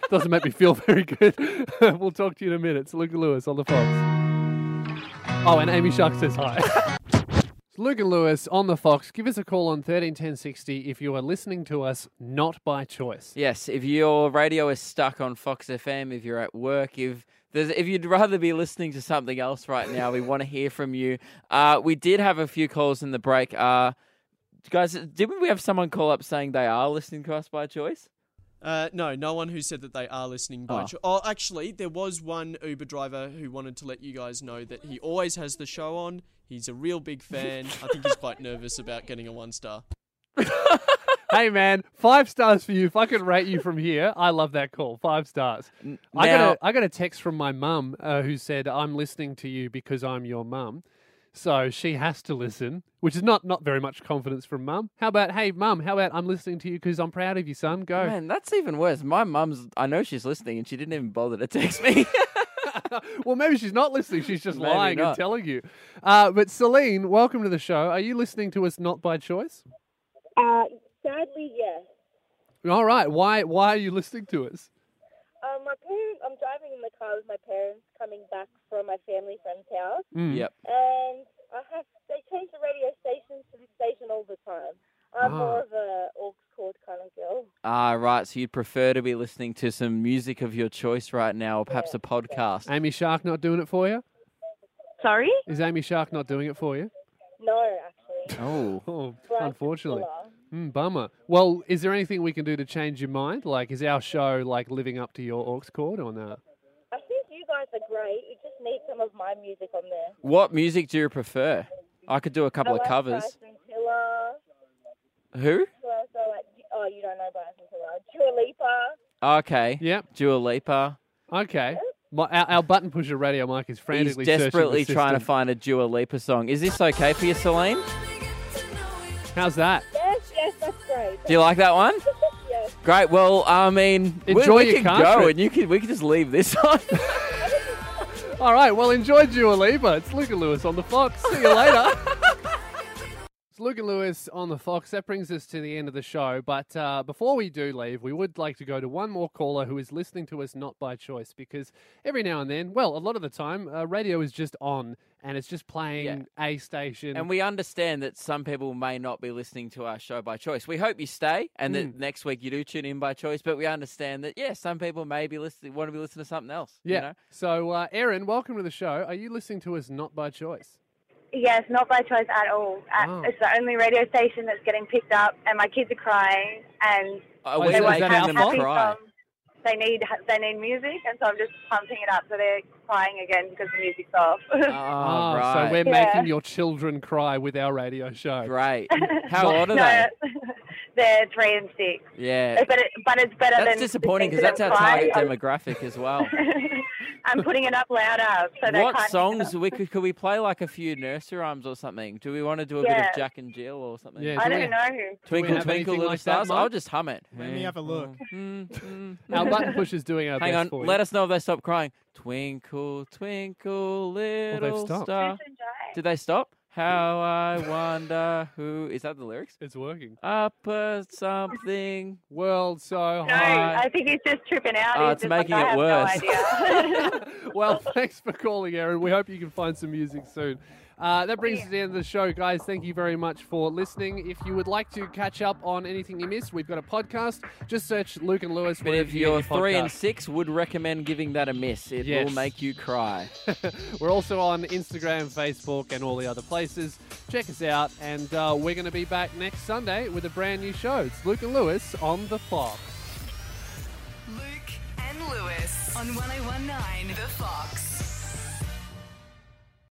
Speaker 2: Doesn't make me feel very good. we'll talk to you in a minute. It's Luke and Lewis on the Fox. Oh, and Amy Shark says hi. It's Luke and Lewis on the Fox. Give us a call on thirteen ten sixty if you are listening to us not by choice.
Speaker 3: Yes, if your radio is stuck on Fox FM, if you're at work, if there's, if you'd rather be listening to something else right now, we want to hear from you. Uh, we did have a few calls in the break. Uh, guys, didn't we have someone call up saying they are listening to us by choice?
Speaker 11: Uh, no, no one who said that they are listening by
Speaker 10: Ah.
Speaker 3: Oh.
Speaker 11: cho- Oh, actually, there was one Uber driver who wanted to let you guys know that he always has the show on. He's a real big fan. I think he's quite nervous about getting a one star.
Speaker 2: hey man, five stars for you. If I could rate you from here, I love that call. Five stars. I got
Speaker 3: now-
Speaker 2: a, I got a text from my mum uh, who said I'm listening to you because I'm your mum. So she has to listen, which is not not very much confidence from mum. How about hey mum? How about I'm listening to you because I'm proud of you, son. Go.
Speaker 3: Man, that's even worse. My mum's, I know she's listening and she didn't even bother to text me.
Speaker 2: well, maybe she's not listening. She's just
Speaker 3: Maybe
Speaker 2: lying
Speaker 3: not.
Speaker 2: and telling you. Uh, but Celine, welcome to the show. Are you listening to us not by choice?
Speaker 18: Uh, sadly, yes.
Speaker 2: All right. Why why are you listening to us?
Speaker 18: Um, my parents. I'm driving in the car with my parents, coming back from my family friend's house,
Speaker 2: Mm. Yep.
Speaker 18: and I have they change the radio stations to this station all the time. I'm
Speaker 3: Ah.
Speaker 18: more of a aux cord kind of girl.
Speaker 3: Ah, right. So you'd prefer to be listening to some music of your choice right now, or perhaps a podcast.
Speaker 2: Amy Shark not doing it for you?
Speaker 18: Sorry?
Speaker 2: Is Amy Shark not doing it for you?
Speaker 18: No, actually.
Speaker 3: Oh.
Speaker 18: Bryce is
Speaker 2: unfortunately.
Speaker 18: cooler.
Speaker 2: Mm, bummer. Well, is there anything we can do to change your mind? Like, is our show like living up to your aux chord or not?
Speaker 18: I think you guys are great. You just need some of my music on there.
Speaker 3: What music do you prefer? I could do a couple
Speaker 18: I
Speaker 3: of
Speaker 18: like
Speaker 3: covers.
Speaker 18: Bryson Tiller.
Speaker 3: Who?
Speaker 18: Who else do I like? Oh, you don't know Bryson Tiller. Dua Lipa.
Speaker 3: Okay.
Speaker 2: Yep.
Speaker 3: Dua Lipa.
Speaker 2: Okay. My, our, our button pusher radio mic is
Speaker 3: He's
Speaker 2: frantically searching the
Speaker 3: desperately trying to
Speaker 2: system.
Speaker 3: find a Dua Lipa song. Is this okay for you, Celine?
Speaker 2: How's that?
Speaker 18: Yes, yes, that's great.
Speaker 3: Do you like that one?
Speaker 18: yes.
Speaker 3: Great. Well, I mean, we-
Speaker 2: Enjoy
Speaker 3: we,
Speaker 2: your
Speaker 3: can
Speaker 2: car
Speaker 3: go
Speaker 2: trip.
Speaker 3: and you can we can just leave this on.
Speaker 2: All right. Well, enjoy Dua Lipa. It's Luca Lewis on the Fox. See you later. it's Luke Luke and Lewis on the Fox. That brings us to the end of the show. But uh, before we do leave, we would like to go to one more caller who is listening to us not by choice because every now and then, well, a lot of the time, uh, radio is just on and it's just playing a station.
Speaker 3: And we understand that some people may not be listening to our show by choice. We hope you stay and
Speaker 2: Hmm.
Speaker 3: that next week you do tune in by choice, but we understand that, yeah, some people may be listening, want to be listening to something else.
Speaker 2: yeah.
Speaker 3: You know?
Speaker 2: So, uh, Aaron, welcome to the show. Are you listening to us not by choice?
Speaker 5: Yes, not by choice at all. Uh
Speaker 2: Oh.
Speaker 5: It's the only radio station that's getting picked up, and my kids are crying, and
Speaker 3: Are Uh, we
Speaker 5: they want
Speaker 3: making
Speaker 5: happy
Speaker 3: them cry?
Speaker 5: songs. They need they need music, and so I'm just pumping it up so they're crying again because the music's off.
Speaker 3: Oh,
Speaker 2: Ah, so
Speaker 3: right.
Speaker 2: we're
Speaker 5: Yeah.
Speaker 2: making your children cry with our radio show.
Speaker 3: Great. How old are they?
Speaker 5: No, they're three and six.
Speaker 3: Yeah.
Speaker 5: but it, but it's better than
Speaker 3: That's disappointing because that's our target demographic as well.
Speaker 5: demographic. I'm putting it up louder so they
Speaker 3: what
Speaker 5: can't.
Speaker 3: songs we could, could we play like a few nursery rhymes or something? Do we want to do a bit
Speaker 5: Yeah.
Speaker 3: of Jack and Jill or something?
Speaker 2: Yeah,
Speaker 5: I don't know.
Speaker 3: Twinkle
Speaker 2: have
Speaker 3: twinkle
Speaker 2: anything
Speaker 3: little
Speaker 2: like that,
Speaker 3: stars. I'll
Speaker 2: Mark?
Speaker 3: just hum it.
Speaker 2: Let me have a look.
Speaker 3: Our
Speaker 2: Our button push is doing our
Speaker 3: Hang
Speaker 2: best
Speaker 3: on.
Speaker 2: for you.
Speaker 3: Let us know if they stop crying. Twinkle twinkle little
Speaker 2: stopped.
Speaker 3: star. Did they stop? How I wonder who is that the lyrics?
Speaker 2: It's working.
Speaker 3: Up at something
Speaker 2: world so
Speaker 5: No,
Speaker 3: high.
Speaker 5: I think he's just tripping out.
Speaker 3: Oh,
Speaker 5: He's
Speaker 3: Uh, it's
Speaker 5: just
Speaker 3: making
Speaker 5: like,
Speaker 3: it
Speaker 5: I
Speaker 3: worse.
Speaker 5: Have no idea.
Speaker 2: well, thanks for calling, Aaron. We hope you can find some music soon. Uh, that brings us to the end of the show, guys. Thank you very much for listening. If you would like to catch up on anything you missed, we've got a podcast. Just search Luke and Lewis.
Speaker 3: But
Speaker 2: wherever
Speaker 3: if
Speaker 2: you get
Speaker 3: you're
Speaker 2: your
Speaker 3: three and
Speaker 2: podcast.
Speaker 3: six, would recommend giving that a miss. It will
Speaker 2: Yes.
Speaker 3: make you cry.
Speaker 2: We're also on Instagram, Facebook, and all the other places. Check us out, and uh, we're going to be back next Sunday with a brand new show. It's Luke and Lewis on the Fox.
Speaker 1: oh Luke and Lewis on 1019 The Fox.